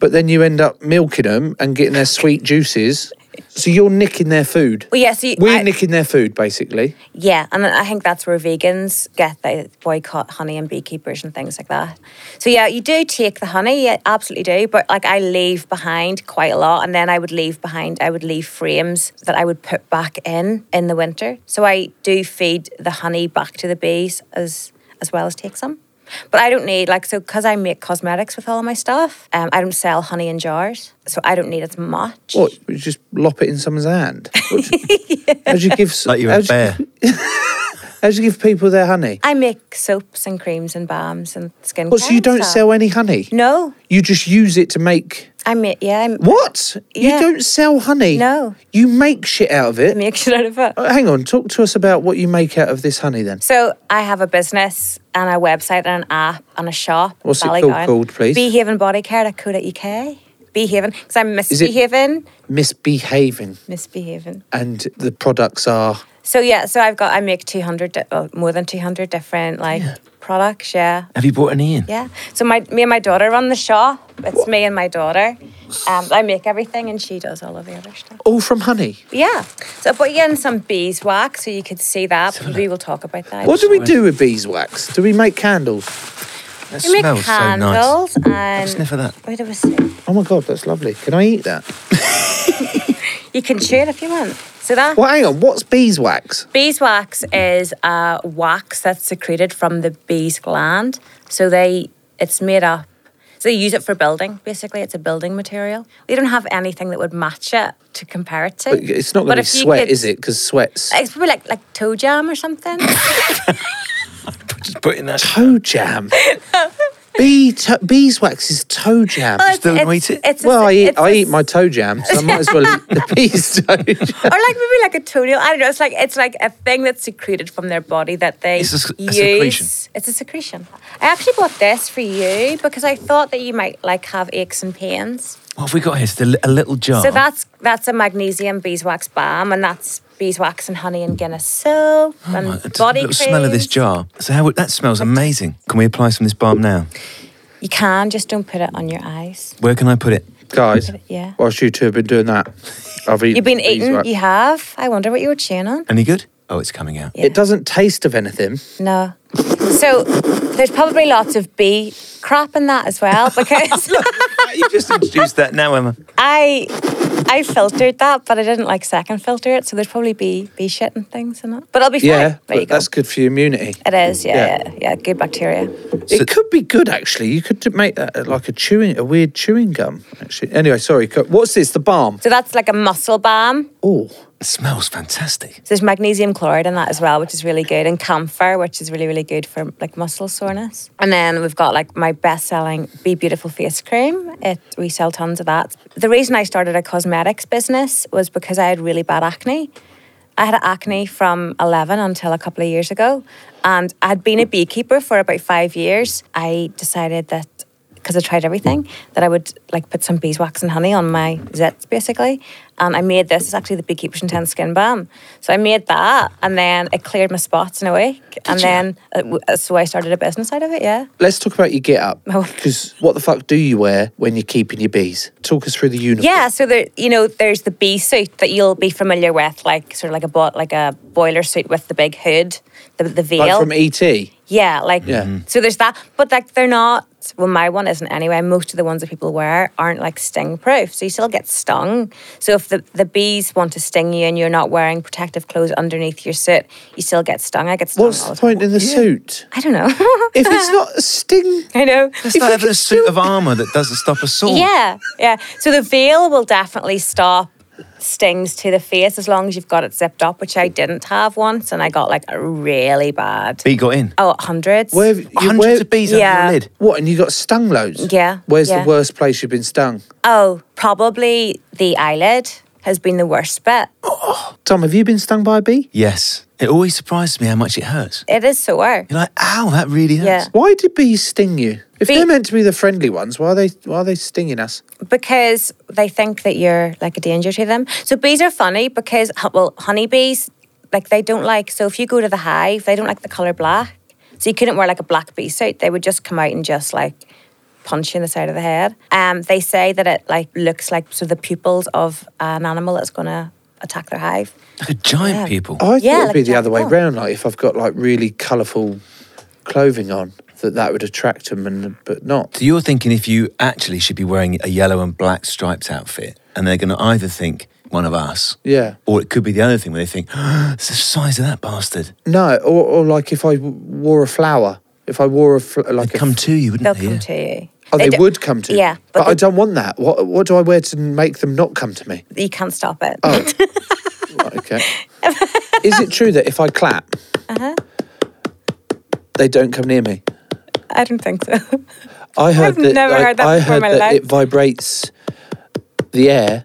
Speaker 4: but then you end up milking them and getting their sweet juices. So you're nicking their food.
Speaker 3: Well, yeah, so you-
Speaker 4: We're
Speaker 3: I-
Speaker 4: nicking their food, basically.
Speaker 3: Yeah, and I think that's where vegans get they boycott honey and beekeepers and things like that. So yeah, you do take the honey, you absolutely do. But like I leave behind quite a lot, and then I would leave behind. I would leave frames that I would put back in in the winter. So I do feed the honey back to the bees as as well as take some. But I don't need like so because I make cosmetics with all of my stuff. Um, I don't sell honey in jars, so I don't need as much.
Speaker 4: What? You just lop it in someone's
Speaker 3: *laughs*
Speaker 4: hand? What do you- How'd you give? s-
Speaker 2: Like you're a
Speaker 4: how'd you- *laughs*
Speaker 2: bear.
Speaker 4: How'd you give people their honey?
Speaker 3: I make soaps and creams and balms and skincare.
Speaker 4: What? Oh, So you
Speaker 3: and
Speaker 4: don't
Speaker 3: stuff.
Speaker 4: sell any honey?
Speaker 3: No,
Speaker 4: You just use it to make
Speaker 3: I mean, yeah, I m-
Speaker 4: what?
Speaker 3: Yeah.
Speaker 4: You don't sell honey.
Speaker 3: No.
Speaker 4: You make shit out of it.
Speaker 3: *laughs* make shit out of it.
Speaker 4: Uh, Hang on. Talk to us about what you make out of this honey then.
Speaker 3: So I have a business and a website and an app and a shop.
Speaker 4: What's it
Speaker 3: Ballygown.
Speaker 4: called- called, please?
Speaker 3: Beehaven Body Care at co.uk. Beehaven, because I'm
Speaker 4: it-
Speaker 3: misbehaving.
Speaker 4: Misbehaving,
Speaker 3: Misbehaving.
Speaker 4: and the products are.
Speaker 3: So yeah, so I've got I make two hundred, di- well, more than two hundred different like products. Yeah,
Speaker 2: Have you brought any in?
Speaker 3: yeah. So my me and my daughter run the shop. It's me and my daughter. Um, I make everything and she does all of the other stuff.
Speaker 4: All from honey.
Speaker 3: Yeah. So but yeah, and some beeswax, so you could see that. We will talk about that.
Speaker 4: What do we do with beeswax? Do we make candles?
Speaker 2: That
Speaker 3: We make
Speaker 2: smells so nice.
Speaker 3: candles and
Speaker 2: sniff of that.
Speaker 3: Where do we see?
Speaker 4: Oh my god, that's lovely. Can I eat that?
Speaker 3: You can chew it if you want. So that
Speaker 4: Well, hang on. What's beeswax?
Speaker 3: beeswax is a wax that's secreted from the bee's gland. So they it's made up. So they use it for building. Basically, it's a building material. They don't have anything that would match it to compare it to. But
Speaker 4: It's not going to be
Speaker 3: if you
Speaker 4: sweat,
Speaker 3: could-
Speaker 4: is it? Because sweat's
Speaker 3: It's probably like like
Speaker 4: *laughs*
Speaker 3: toe jam or something. *laughs*
Speaker 2: Just put in that.
Speaker 4: toe jam. Bee to- beeswax is toe jam.
Speaker 3: Well, Still don't it's- eat it? Oh, it's a-
Speaker 4: well, I eat,
Speaker 3: it's
Speaker 4: I
Speaker 3: a-
Speaker 4: eat my toe jam, so I might as well eat
Speaker 3: *laughs*
Speaker 4: the bees toe
Speaker 3: or
Speaker 4: jam.
Speaker 3: like maybe like a toenail. I don't know. It's like it's like a thing that's secreted from their body that they
Speaker 2: It's a s- a
Speaker 3: use.
Speaker 2: secretion.
Speaker 3: It's a secretion. I actually bought this for you because I thought that you might like have aches and pains.
Speaker 2: What have we got here? It's a li- a little jar.
Speaker 3: So that's that's a magnesium beeswax balm, and that's beeswax and honey and Guinness soap and
Speaker 2: Right, Oh, it's a
Speaker 3: um, body
Speaker 2: little smell of this jar.
Speaker 3: creams.
Speaker 2: So how would, that smells amazing. Can we apply some of this balm now?
Speaker 3: You can just don't put it on your eyes.
Speaker 2: Where can I put it?
Speaker 4: Guys,
Speaker 3: *laughs* Yeah.
Speaker 4: whilst you two have been doing that, I've eaten
Speaker 3: You've been eating.
Speaker 4: beeswax.
Speaker 3: You have. I wonder what you were chewing on.
Speaker 2: Any good? Oh, it's coming out.
Speaker 3: Yeah.
Speaker 4: It doesn't taste of anything.
Speaker 3: No. So there's probably lots of bee crap in that as well
Speaker 2: *laughs*
Speaker 3: because *laughs*
Speaker 2: you just introduced that now, Emma.
Speaker 3: I I filtered that, but I didn't like second filter it, so there's probably bee bee shit and things in it. But I'll be fine.
Speaker 4: Yeah,
Speaker 3: there you
Speaker 4: but
Speaker 3: go.
Speaker 4: that's good for your immunity.
Speaker 3: It is, yeah,
Speaker 4: Yeah.
Speaker 3: yeah, yeah, good bacteria.
Speaker 4: it could be good actually. You could make that uh, like a chewing, a weird chewing gum. Actually, anyway, sorry. co- What's this? The balm.
Speaker 3: So that's like a muscle balm.
Speaker 4: Oh,
Speaker 2: It smells fantastic.
Speaker 3: So there's magnesium chloride in that as well, which is really good, and camphor, which is really really good for like muscle soreness. And then we've got like my best selling Be Beautiful face cream. It we sell tons of that. The reason I started a cosmetics business was because I had really bad acne. I had acne from 11 until a couple of years ago, and I'd been a beekeeper for about five years. I decided that because I tried everything, that I would like put some beeswax and honey on my zits basically. And I made this, it's actually the Beekeeper's Intense Skin Balm. So I made that and then it cleared my spots in a week. and then uh, w- uh, so I started a business out of it, yeah.
Speaker 4: let's talk about your get up.
Speaker 3: Oh.
Speaker 4: Because what the fuck do you wear when you're keeping your bees? Talk us through the uniform.
Speaker 3: Yeah, so there, you know, there's the bee suit that you'll be familiar with, like sort of like a bo- like a boiler suit with the big hood, the, the veil.
Speaker 4: like from E ET.
Speaker 3: Yeah, like
Speaker 4: Yeah. Mhm.
Speaker 3: so there's that. But like they're not well, my one isn't anyway. Most of the ones that people wear aren't like sting proof. So you still get stung. So if the, the bees want to sting you and you're not wearing protective clothes underneath your suit, you still get stung. I get stung
Speaker 4: What's
Speaker 3: all
Speaker 4: the
Speaker 3: the time.
Speaker 4: point in the suit?
Speaker 3: I don't know.
Speaker 4: *laughs* If
Speaker 3: *laughs*
Speaker 4: it's not a sting,
Speaker 3: I know.
Speaker 2: It's like having a suit of armour that doesn't stop a sword.
Speaker 3: Yeah, yeah. So the veil will definitely stop stings to the face as long as you've got it zipped up, which I didn't have once and I got like really bad.
Speaker 2: Bee got in.
Speaker 3: Oh, hundreds.
Speaker 4: where have you,
Speaker 2: Hundreds
Speaker 4: where,
Speaker 2: of bees
Speaker 3: Yeah.
Speaker 2: under your lid.
Speaker 4: What? And you got stung loads.
Speaker 3: Yeah,
Speaker 4: Where's
Speaker 3: yeah.
Speaker 4: the worst place you've been stung?
Speaker 3: Oh, probably the eyelid has been the worst bit.
Speaker 4: Tom, have you been stung by a bee?
Speaker 2: Yes. It always surprises me how much it hurts.
Speaker 3: It is sore.
Speaker 2: You're like, ow, that really hurts.
Speaker 3: Yeah.
Speaker 4: Why do bees sting you? If
Speaker 3: Bee-
Speaker 4: they're meant to be the friendly ones, why are they why are they stinging us?
Speaker 3: Because they think that you're like a danger to them. So bees are funny because, hu- well, honeybees, like they don't like, so if you go to the hive, they don't like the colour black. So you couldn't wear like a black bee suit. They would just come out and just like punch you in the side of the head. Um, they say that it like looks like so the pupils of an animal that's going to attack their hive.
Speaker 2: Like a giant
Speaker 3: Yeah.
Speaker 2: people.
Speaker 4: I
Speaker 3: Yeah,
Speaker 4: thought it'd
Speaker 3: like
Speaker 4: be
Speaker 3: a
Speaker 4: the other way
Speaker 3: jackal.
Speaker 4: round. Like if I've got like really colourful clothing on, that that would attract them, and but not.
Speaker 2: So you're thinking if you actually should be wearing a yellow and black striped outfit, and they're going to either think one of us,
Speaker 4: Yeah.
Speaker 2: or it could be the other thing where they think it's the size of that bastard.
Speaker 4: No, or, or like if I w- wore a flower, if I wore a fl- like
Speaker 2: They'd
Speaker 4: a
Speaker 2: come to you, wouldn't
Speaker 3: They'll
Speaker 2: they?
Speaker 3: come
Speaker 2: yeah?
Speaker 3: to you.
Speaker 4: Oh, they,
Speaker 3: do-
Speaker 4: would come to. me.
Speaker 3: Yeah,
Speaker 4: but,
Speaker 3: but
Speaker 4: I
Speaker 3: they-
Speaker 4: don't want that. What What do I wear to make them not come to me?
Speaker 3: You can't stop it.
Speaker 4: Oh. Right, okay. Is it true that if I clap,
Speaker 3: Uh-huh.
Speaker 4: they don't come near me?
Speaker 3: *laughs* I don't think so.
Speaker 4: I heard
Speaker 3: I've
Speaker 4: that.
Speaker 3: never
Speaker 4: like,
Speaker 3: heard that
Speaker 4: I
Speaker 3: before
Speaker 4: heard
Speaker 3: in my
Speaker 4: that
Speaker 3: life.
Speaker 4: it vibrates the air,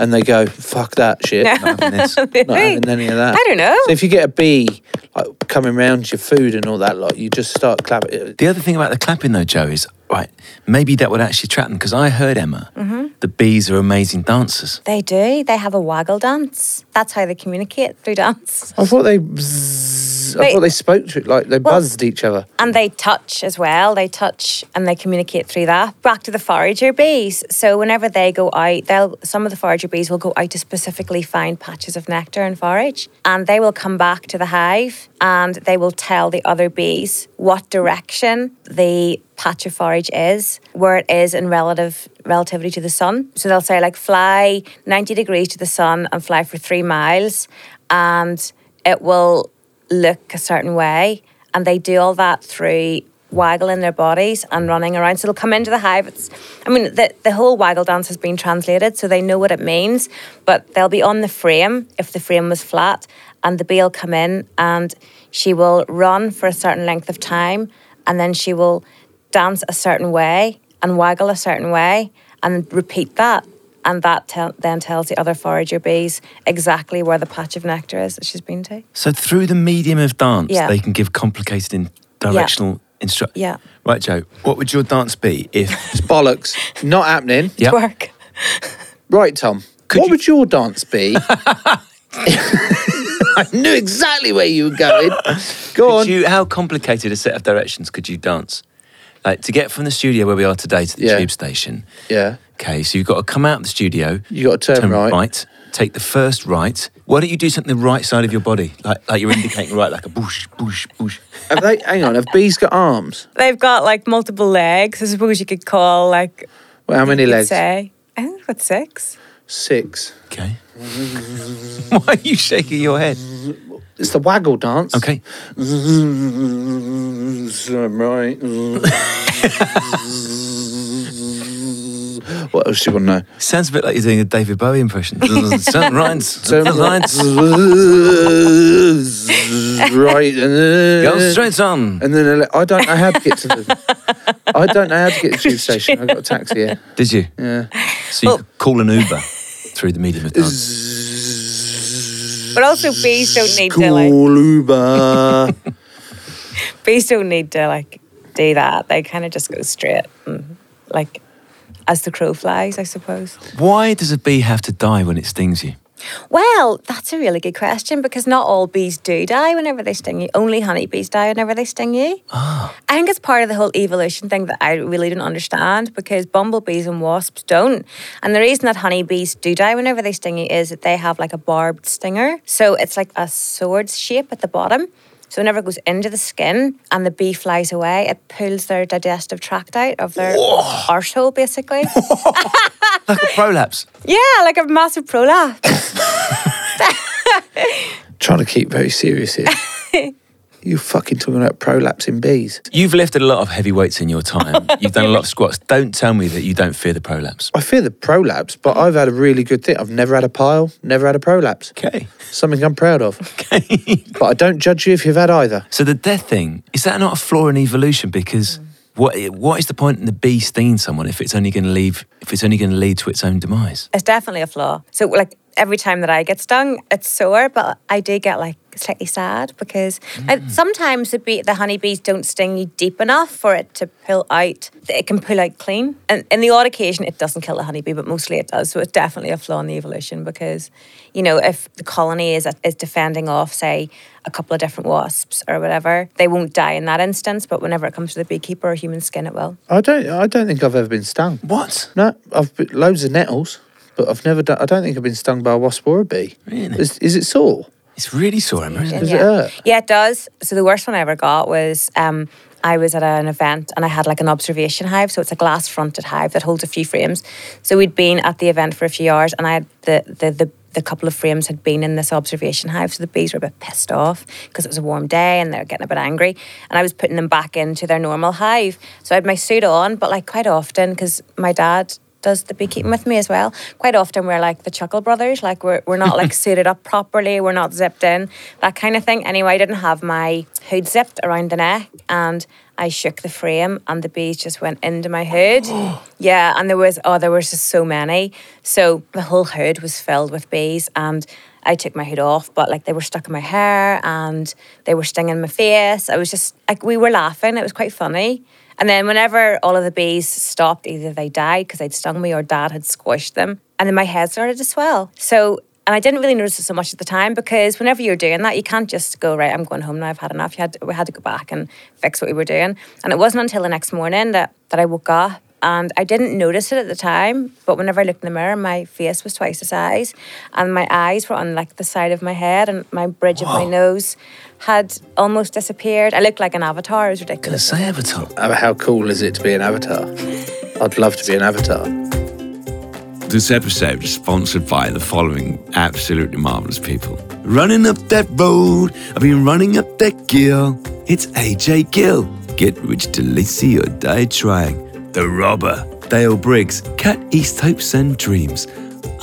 Speaker 4: and they go "fuck that shit."
Speaker 2: Not having
Speaker 3: *laughs*
Speaker 2: this.
Speaker 4: Not having any of that.
Speaker 3: I don't know.
Speaker 4: So if you get a bee like coming round your food and all that lot, you just start clapping.
Speaker 2: The other thing about the clapping, though, Joe, is right. Maybe that would actually trap them because I heard Emma.
Speaker 3: Mm-hmm.
Speaker 2: The bees are amazing dancers.
Speaker 3: They do. They have a waggle dance. That's how they communicate through dance.
Speaker 4: I thought they, bzzz, I
Speaker 3: They-
Speaker 4: thought they spoke to it like they
Speaker 3: Well-
Speaker 4: buzzed each other.
Speaker 3: And they touch as well. They touch and they communicate through that. Back to the forager bees. So whenever they go out, they'll some of the forager bees will go out to specifically find patches of nectar and forage. And they will come back to the hive and they will tell the other bees what direction the patch of forage is, where it is in relative relativity to the sun. So they'll say like fly 90 degrees to the sun and fly for three miles and it will look a certain way and they do all that through waggling their bodies and running around. So they'll come into the hive. It's, I mean, the, the whole waggle dance has been translated, so they know what it means, but they'll be on the frame if the frame was flat, and the bee will come in and she will run for a certain length of time and then she will dance a certain way and waggle a certain way and repeat that. And that tell then tells the other forager bees exactly where the patch of nectar is that she's been to.
Speaker 2: So through the medium of dance,
Speaker 3: Yeah.
Speaker 2: they can give complicated in- directional instruction.
Speaker 3: Yeah.
Speaker 2: Right, Joe. What would your dance be if?
Speaker 3: *laughs*
Speaker 2: *laughs*
Speaker 4: It's bollocks. Not happening.
Speaker 2: Yep.
Speaker 3: Twerk.
Speaker 4: Right, Tom. what would your dance *laughs* be? I knew exactly where you were going. Go on.
Speaker 2: Could you, how complicated a set of directions could you dance? Like to get from the studio where we are today to the
Speaker 4: Yeah.
Speaker 2: tube station.
Speaker 4: yeah.
Speaker 2: Okay, so you've got to come out of the studio.
Speaker 4: You got to turn right.
Speaker 2: Take the first right. Why don't you do something the right side of your body, like like you're indicating right, like a boosh, boosh, boosh.
Speaker 4: Have they, hang on. Have bees got arms?
Speaker 3: They've got like multiple legs. I suppose you could call like
Speaker 4: Well, how many
Speaker 3: you'd
Speaker 4: legs?
Speaker 3: Say I think they've got six.
Speaker 4: Six.
Speaker 2: Okay. *laughs* Why are you shaking your head?
Speaker 4: It's the waggle dance.
Speaker 2: Okay.
Speaker 4: right. *laughs* what else do you want to know?
Speaker 2: Sounds a bit like you're doing a David Bowie *laughs* impression. certain lines, certain lines.
Speaker 4: *laughs* right.
Speaker 2: Go straight on.
Speaker 4: And then ele- I don't know how to get
Speaker 2: *laughs*
Speaker 4: to the. I don't know how to get to the tube station. I got a taxi here.
Speaker 2: Did you?
Speaker 4: Yeah.
Speaker 2: So you could call an Uber through the medium of dance.
Speaker 3: But also bees don't need to like
Speaker 4: Cool Uber.
Speaker 3: bees don't need to like do that. They kind of just go straight and like as the crow flies, I suppose.
Speaker 2: Why does a bee have to die when it stings you?
Speaker 3: Well, that's a really good question because not all bees do die whenever they sting you. Only honeybees die whenever they sting you. I think it's part of the whole evolution thing that I really don't understand because bumblebees and wasps don't. And the reason that honeybees do die whenever they sting you is that they have like a barbed stinger. So it's like a sword's shape at the bottom. So whenever it goes into the skin and the bee flies away, it pulls their digestive tract out of their arsehole, basically. *laughs*
Speaker 2: Like a prolapse.
Speaker 3: yeah, like a massive prolapse.
Speaker 4: *laughs* Trying to keep very serious here. You fucking talking about prolapsing bees?
Speaker 2: You've lifted a lot of heavy weights in your time. You've done a lot of squats. Don't tell me that you don't fear the prolapse.
Speaker 4: I fear the prolapse, but I've had a really good thing. I've never had a pile, never had a prolapse.
Speaker 2: Okay.
Speaker 4: Something I'm proud of.
Speaker 2: Okay.
Speaker 4: But I don't judge you if you've had either.
Speaker 2: So the death thing is that not a flaw in evolution? Because what what is the point in the bee stinging someone if it's only going to leave if it's only going to lead to its own demise?
Speaker 3: It's definitely a flaw. So like every time that I get stung, it's sore, but I do get like slightly sad because I, sometimes the bee, the honeybees don't sting you deep enough for it to pull out. It can pull out clean, and in the odd occasion it doesn't kill the honeybee, but mostly it does. So it's definitely a flaw in the evolution because, you know, if the colony is is defending off, say, a couple of different wasps or whatever, they won't die in that instance. But whenever it comes to the beekeeper or human skin, it will.
Speaker 4: I don't. I don't think I've ever been stung.
Speaker 2: What?
Speaker 4: No, I've been, loads of nettles, but I've never done. I don't think I've been stung by a wasp or a bee.
Speaker 2: Really?
Speaker 4: Is, is it sore?
Speaker 2: It's really sore, Emma. Isn't it?
Speaker 4: Does it hurt?
Speaker 3: Yeah, it does. So the worst one I ever got was um, I was at an event and I had like an observation hive. So it's a glass fronted hive that holds a few frames. So we'd been at the event for a few hours and I had the the the the couple of frames had been in this observation hive, so the bees were a bit pissed off because it was a warm day and they were getting a bit angry. And I was putting them back into their normal hive. So I had my suit on, but like quite often, because my dad does the beekeeping with me as well. Quite often we're like the Chuckle Brothers, like we're, we're not like suited up properly, we're not zipped in, that kind of thing. Anyway, I didn't have my hood zipped around the neck and I shook the frame and the bees just went into my hood. yeah, and there was, oh, there was just so many. So the whole hood was filled with bees and I took my hood off, but like they were stuck in my hair and they were stinging my face. I was just like, we were laughing. It was quite funny. And then whenever all of the bees stopped, either they died because they'd stung me or dad had squished them. And then my head started to swell. So, and I didn't really notice it so much at the time because whenever you're doing that, you can't just go, right, I'm going home now, I've had enough. You had we had to go back and fix what we were doing. And it wasn't until the next morning that, that I woke up and I didn't notice it at the time, but whenever I looked in the mirror, my face was twice the size, and my eyes were on like the side of my head, and my bridge of my nose had almost disappeared. I looked like an avatar. It was
Speaker 2: Gonna
Speaker 3: ridiculous.
Speaker 2: say Avatar.
Speaker 4: Uh, How cool is it to be an avatar? I'd love to be an avatar.
Speaker 9: This episode is sponsored by the following absolutely marvelous people. Running up that road, I've been running up that gill. It's AJ Gill. Get rich to Lacey or die trying. The Robber, Dale Briggs, Cat East Hopes and Dreams.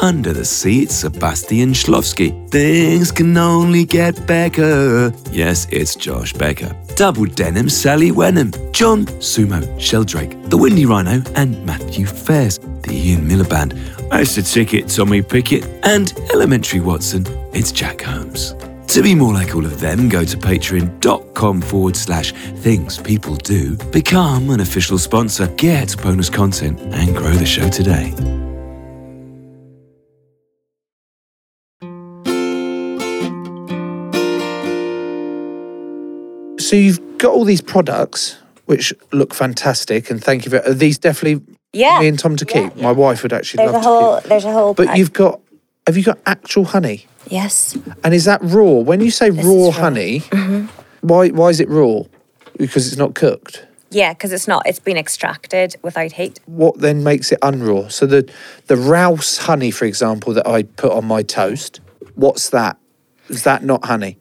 Speaker 9: Under the sea, it's Sebastian Schlofsky. Things can only get better. Yes, it's Josh Becker. Double Denim, Sally Wenham, John Sumo, Sheldrake, The Windy Rhino, and Matthew Fairs, The Ian Miller Band, Most a Ticket, Tommy Pickett, and Elementary Watson, it's Jack Holmes. To be more like all of them, go to patreon.com forward slash things people do, become an official sponsor, get bonus content, and grow the show today.
Speaker 4: So you've got all these products which look fantastic, and thank you for are these. Definitely,
Speaker 3: Yeah.
Speaker 4: me and Tom to keep. My wife would actually
Speaker 3: There's a
Speaker 4: love
Speaker 3: whole.
Speaker 4: to keep.
Speaker 3: There's a whole.
Speaker 4: But
Speaker 3: pack.
Speaker 4: you've got, have you got actual honey?
Speaker 3: Yes.
Speaker 4: And is that raw? When you say
Speaker 3: This
Speaker 4: raw
Speaker 3: is raw. Mm-hmm.
Speaker 4: honey, why why is it raw? Because it's not cooked.
Speaker 3: Yeah, because it's not. It's been extracted without heat.
Speaker 4: What then makes it unraw? So the the Rouse honey, for example, that I put on my toast, what's that? Is that not honey?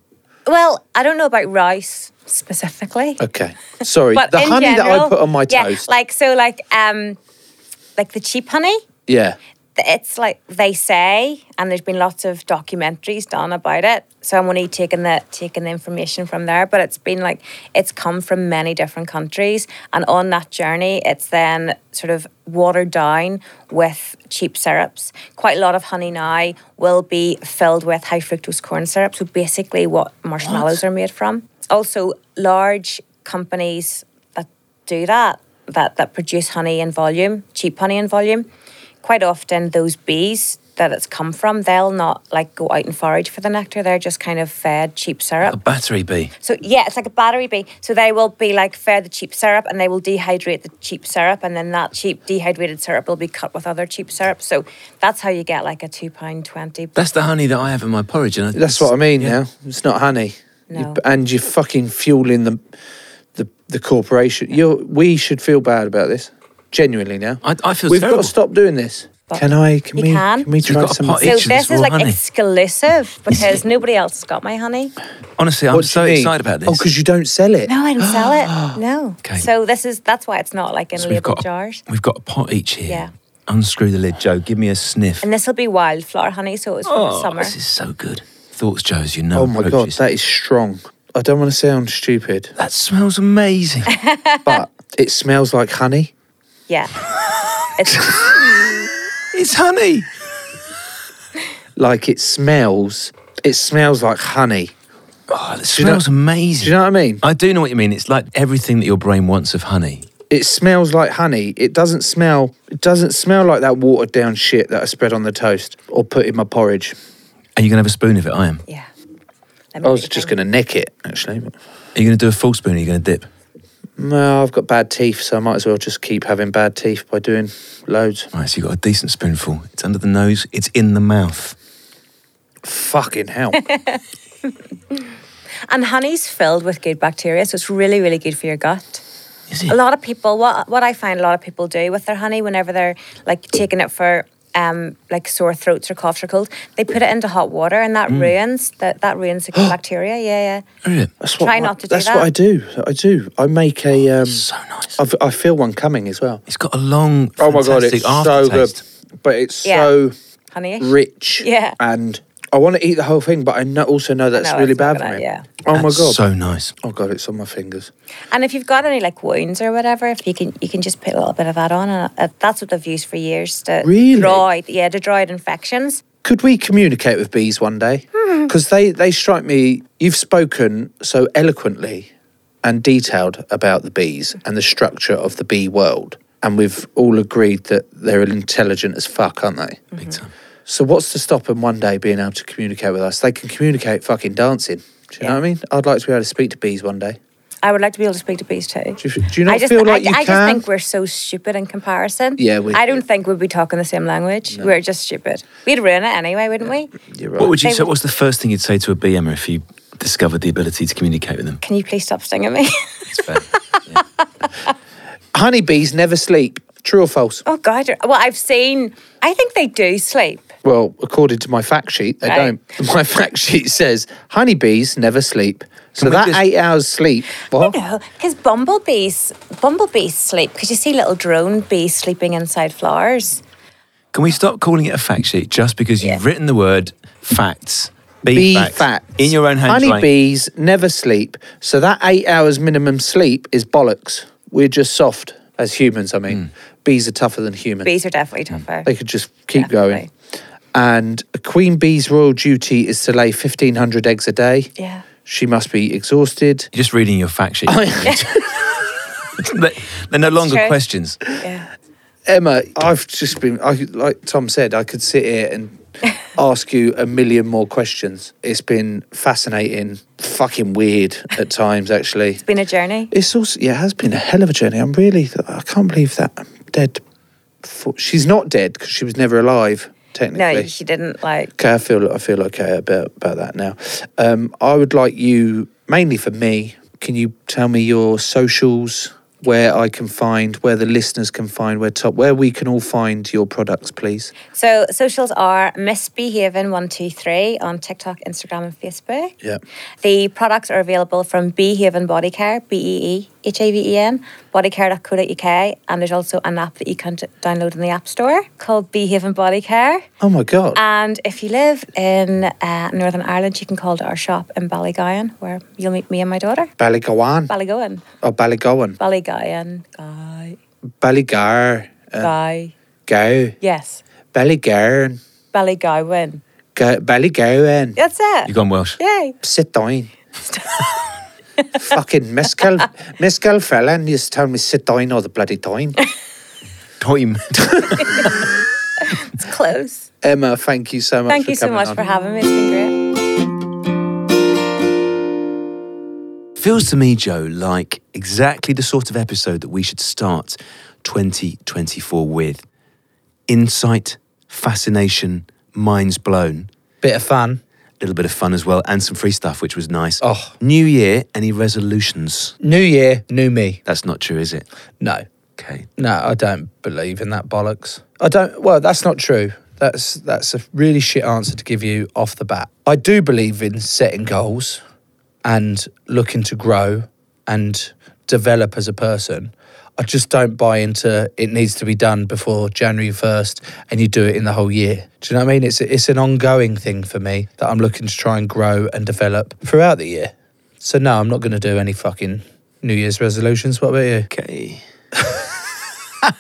Speaker 3: Well, I don't know about rice specifically. *laughs*
Speaker 4: Okay, sorry.
Speaker 3: But
Speaker 4: the
Speaker 3: in
Speaker 4: honey that I
Speaker 3: general-
Speaker 4: put on my
Speaker 3: yeah,
Speaker 4: toast.
Speaker 3: Like so, like um, like the cheap honey.
Speaker 4: yeah.
Speaker 3: th- It's like they say, and there's been lots of documentaries done about it. So I'm only taking the taking the information from there. But it's been like it's come from many different countries, and on that journey, it's then sort of watered down with cheap syrups. Quite a lot of honey now will be filled with high fructose corn syrup. So basically, what marshmallows are made from. Also, large companies that do that that that produce honey in volume, cheap honey in volume, quite often those bees that it's come from, they'll not like go out and forage for the nectar. They're just kind of fed cheap
Speaker 2: A
Speaker 3: syrup.
Speaker 2: battery bee.
Speaker 3: So yeah, it's like a battery bee. So they will be like fed the cheap syrup and they will dehydrate the cheap syrup and then that cheap dehydrated syrup will be cut with other cheap syrup. So that's how you get like a two pound twenty.
Speaker 2: That's the honey that I have in my porridge. And I,
Speaker 4: That's what I mean now. It's not honey. You-
Speaker 3: No.
Speaker 4: and you're fucking fueling the the, the corporation. You're, we should feel bad about this. Genuinely now.
Speaker 2: I, I feel
Speaker 4: We've
Speaker 2: terrible.
Speaker 4: got to stop doing this.
Speaker 3: But
Speaker 4: can I? Can
Speaker 3: you
Speaker 4: we?
Speaker 3: can.
Speaker 4: we
Speaker 3: You've
Speaker 4: try
Speaker 2: got a
Speaker 4: some?
Speaker 2: pot
Speaker 4: of
Speaker 2: each
Speaker 3: So
Speaker 2: It's
Speaker 4: this?
Speaker 2: just
Speaker 3: this is
Speaker 2: raw
Speaker 3: like
Speaker 2: honey.
Speaker 3: exclusive because nobody else has got my honey.
Speaker 2: Honestly, I'm
Speaker 4: What do
Speaker 2: so
Speaker 4: you mean?
Speaker 2: excited about this.
Speaker 4: Oh, because you don't sell it.
Speaker 3: No, I didn't sell
Speaker 2: *gasps*
Speaker 3: it. No.
Speaker 2: Okay.
Speaker 3: So this is that's why it's not like in
Speaker 2: So we've
Speaker 3: label
Speaker 2: got, a,
Speaker 3: jars.
Speaker 2: we've got a pot each here.
Speaker 3: Yeah.
Speaker 2: Unscrew the lid, Joe. Give me a sniff.
Speaker 3: And this will be wildflower honey, so it's for the
Speaker 2: oh,
Speaker 3: summer.
Speaker 2: this is so good. Thoughts, Joe, as you know.
Speaker 4: Oh my god,
Speaker 2: approaches.
Speaker 4: that is strong. I don't want to sound
Speaker 3: *laughs*
Speaker 4: stupid,
Speaker 2: that smells amazing.
Speaker 4: but it smells like honey.
Speaker 2: *laughs*
Speaker 3: Yeah. It's,
Speaker 2: it's honey.
Speaker 4: Like it smells. It smells like honey.
Speaker 2: Oh, it
Speaker 4: you know-
Speaker 2: smells amazing.
Speaker 4: Do you know what I mean?
Speaker 2: I do know what you mean. It's like everything that your brain wants of honey.
Speaker 4: It smells like honey. It doesn't smell. It doesn't smell like that watered down shit that I spread on the toast or put in my porridge.
Speaker 2: Are you going to have a spoon of it? I am.
Speaker 3: yeah. Let me
Speaker 4: I was
Speaker 3: read
Speaker 4: just
Speaker 3: them.
Speaker 4: going to nick it actually. but-
Speaker 2: Are you going to do a full spoon or are you going to dip?
Speaker 4: No, I've got bad teeth, so I might as well just keep having bad teeth by doing loads.
Speaker 2: Right, so you've got a decent spoonful. It's under the nose, it's in the mouth.
Speaker 4: Fucking hell.
Speaker 3: And honey's filled with good bacteria, so it's really, really good for your gut.
Speaker 2: Is it?
Speaker 3: A lot of people, what what I find a lot of people do with their honey, whenever they're like taking it for um, like sore throats or coughs or cold, they put it into hot water,
Speaker 2: Mm.
Speaker 3: and that ruins that that
Speaker 2: *gasps*
Speaker 3: ruins the good bacteria. Yeah, yeah.
Speaker 2: Really?
Speaker 4: That's what
Speaker 3: Try
Speaker 4: I-
Speaker 3: not to do
Speaker 4: That's
Speaker 3: that. Oh,
Speaker 4: what I do. I do. I make a. Um,
Speaker 2: So nice.
Speaker 4: I've, I feel one coming as well.
Speaker 2: It's got a long,
Speaker 4: Oh my god,
Speaker 2: fantastic
Speaker 4: it's so good,
Speaker 2: aftertaste.
Speaker 4: but it's
Speaker 3: Yeah.
Speaker 4: so
Speaker 3: Honey.
Speaker 4: rich.
Speaker 3: Yeah.
Speaker 4: and I want to eat the whole thing, but I know, also know that's
Speaker 3: know
Speaker 4: really
Speaker 3: it's
Speaker 4: bad
Speaker 3: not
Speaker 4: for
Speaker 3: gonna-
Speaker 4: me.
Speaker 3: yeah.
Speaker 4: Oh my
Speaker 2: That's
Speaker 4: god.
Speaker 2: so nice.
Speaker 4: oh god, it's on my fingers.
Speaker 3: And if you've got any like wounds or whatever, if you can you can just put a little bit of that on, and uh, that's what they've used for years to
Speaker 4: Really?
Speaker 3: draw out, yeah, to draw out infections.
Speaker 4: Could we communicate with bees one day?
Speaker 3: Hmm.
Speaker 4: Because they they strike me. You've spoken so eloquently and detailed about the bees and the structure of the bee world, and we've all agreed that they're intelligent as fuck, aren't they?
Speaker 2: Big time.
Speaker 4: So what's to stop them one day being able to communicate with us? They can communicate fucking dancing. Do you know what I mean? I'd like to be able to speak to bees one day.
Speaker 3: I would like to be able to speak to bees too.
Speaker 4: Do you, do you not
Speaker 3: I just,
Speaker 4: feel like
Speaker 3: I,
Speaker 4: you
Speaker 3: I
Speaker 4: can?
Speaker 3: just think we're so stupid in comparison.
Speaker 4: Yeah, we-
Speaker 3: I don't think we'd be talking the same language. We're just stupid. We'd ruin it anyway, wouldn't we?
Speaker 4: You're
Speaker 2: What
Speaker 4: right.
Speaker 2: would you
Speaker 3: They
Speaker 2: say?
Speaker 3: would-
Speaker 2: What's the first thing you'd say to a bee, Emma, if you discovered the ability to communicate with them?
Speaker 3: Can you please stop stinging me? *laughs*
Speaker 2: It's fair.
Speaker 4: Honeybees never sleep. True or false?
Speaker 3: oh God! you're- Well, I've seen. I think they do sleep.
Speaker 4: Well, according to my fact sheet, they
Speaker 3: Right.
Speaker 4: don't. *laughs* My fact sheet says honeybees never sleep. So
Speaker 2: we
Speaker 4: that
Speaker 2: just-
Speaker 4: eight hours sleep. What?
Speaker 3: No, because bumblebees bumblebees sleep because you see little drone bees sleeping inside flowers.
Speaker 2: Can we stop calling it a fact sheet just because you've written the word facts Bee
Speaker 4: bee
Speaker 2: facts.
Speaker 4: facts.
Speaker 2: In your own handwriting.
Speaker 4: Honeybees never sleep, so that eight hours minimum sleep is bollocks. We're just soft as humans. I
Speaker 2: Hmm.
Speaker 4: mean, bees are tougher than humans.
Speaker 3: Bees are definitely tougher.
Speaker 4: They could just keep
Speaker 3: Definitely.
Speaker 4: going. And a queen bee's royal duty is to lay 1,500 eggs a day.
Speaker 3: Yeah.
Speaker 4: She must be exhausted.
Speaker 2: You're just reading your fact
Speaker 4: *laughs*
Speaker 2: sheet. They- They're no longer
Speaker 3: true.
Speaker 2: questions.
Speaker 3: Yeah.
Speaker 4: Emma, I've just been, I, like Tom said, I could sit here and ask you a million more questions. It's been fascinating, fucking weird at times, actually.
Speaker 3: It's been a journey.
Speaker 4: It's also, yeah, it has been a hell of a journey. I'm really, I can't believe that I'm dead. For, she's not dead because she was never alive, technically.
Speaker 3: No, she didn't like.
Speaker 4: Okay, I feel I feel okay about about that now. Um, I would like you mainly for me. Can you tell me your socials, where I can find, where the listeners can find, where top, where we can all find your products, please?
Speaker 3: So socials are misbehaving123 on TikTok, Instagram, and Facebook.
Speaker 4: Yeah.
Speaker 3: The products are available from Behaven Body Care, B E E H A V E N, bodycare.co.uk, and there's also an app that you can d- download in the App Store called Behaven Body Care.
Speaker 4: Oh my god.
Speaker 3: And if you live in uh, Northern Ireland, you can call to our shop in Ballygowan, where you'll meet me and my daughter.
Speaker 4: Ballygowan
Speaker 3: Ballygowan,
Speaker 4: or Ballygowan,
Speaker 3: Ballygowan, guy,
Speaker 4: Ballygar, uh,
Speaker 3: guy,
Speaker 4: go
Speaker 3: yes,
Speaker 4: Ballygarn,
Speaker 3: Ballygowan.
Speaker 4: go Ballygowan.
Speaker 3: That's it.
Speaker 2: You've gone Welsh.
Speaker 3: Yay.
Speaker 4: Sit
Speaker 3: *laughs*
Speaker 4: down. Fucking mescal, mescal fella, and you just tell me sit down all the bloody
Speaker 3: *laughs*
Speaker 4: time.
Speaker 2: Time.
Speaker 3: It's close.
Speaker 4: Emma, thank you so much.
Speaker 3: Thank
Speaker 4: for
Speaker 3: you so
Speaker 4: coming
Speaker 3: much
Speaker 4: on.
Speaker 3: for having me. It's been great.
Speaker 2: Feels to me, Joe, like exactly the sort of episode that we should start 2024 with. Insight, fascination, minds blown,
Speaker 4: Bit of fun.
Speaker 2: a little bit of fun as well, and some free stuff, which was nice.
Speaker 4: Oh.
Speaker 2: New year, any resolutions?
Speaker 4: New year, new me.
Speaker 2: That's not true, is it?
Speaker 4: No,
Speaker 2: Okay.
Speaker 4: no, I don't believe in that bollocks. I don't. Well, that's not true. That's that's a really shit answer to give you off the bat. I do believe in setting goals and looking to grow and develop as a person. I just don't buy into it needs to be done before January first, and you do it in the whole year. Do you know what I mean? It's it's an ongoing thing for me that I'm looking to try and grow and develop throughout the year. So no, I'm not going to do any fucking New Year's resolutions. What about you?
Speaker 2: Okay. *laughs*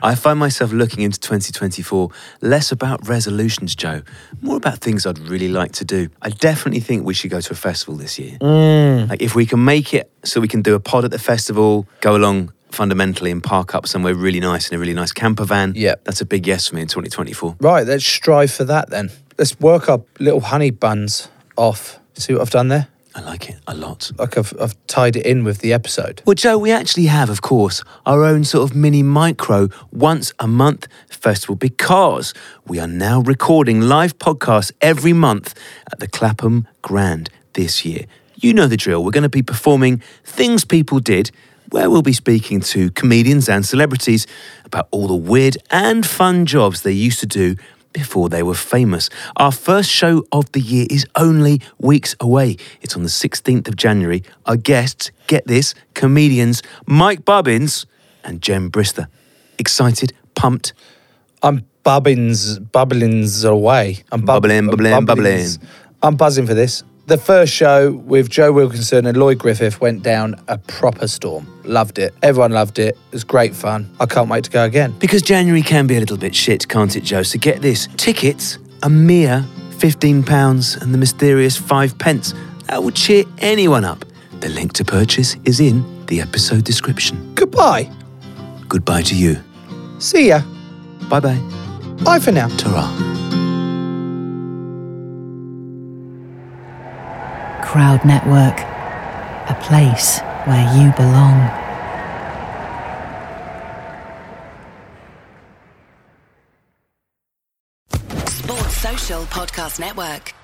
Speaker 2: I find myself looking into 2024 less about resolutions, Joe, more about things I'd really like to do. I definitely think we should go to a festival this year. Like, if we can make it so we can do a pod at the festival, go along fundamentally and park up somewhere really nice in a really nice camper van.
Speaker 4: Yeah.
Speaker 2: That's a big yes for me in 2024.
Speaker 4: Right, let's strive for that then. Let's work our little honey buns off. See what I've done there?
Speaker 2: I like it a lot.
Speaker 4: Like I've, I've tied it in with the episode.
Speaker 2: Well, Joe, we actually have, of course, our own sort of mini micro once a month festival because we are now recording live podcasts every month at the Clapham Grand this year. You know the drill. We're going to be performing Things People Did, where we'll be speaking to comedians and celebrities about all the weird and fun jobs they used to do before they were famous. Our first show of the year is only weeks away. It's on the 16th of January. Our guests, get this, comedians Mike Bubbins and Jen Brister. Excited, pumped,
Speaker 4: I'm bubbins, bubblings away. I'm
Speaker 2: Bubbling, bubbling,
Speaker 4: I'm
Speaker 2: bubbling.
Speaker 4: I'm buzzing for this. The first show with Joe Wilkinson and Lloyd Griffith went down a proper storm. Loved it. Everyone loved it. It was great fun. I can't wait to go again.
Speaker 2: Because January can be a little bit shit, can't it, Joe? So get this tickets, a mere £15 and the mysterious five pence. That will cheer anyone up. The link to purchase is in the episode description.
Speaker 4: Goodbye.
Speaker 2: Goodbye to you.
Speaker 4: See ya.
Speaker 2: Bye bye.
Speaker 4: Bye for now.
Speaker 2: Ta-ra.
Speaker 10: Crowd Network, a place where you belong.
Speaker 11: Sports Social Podcast Network.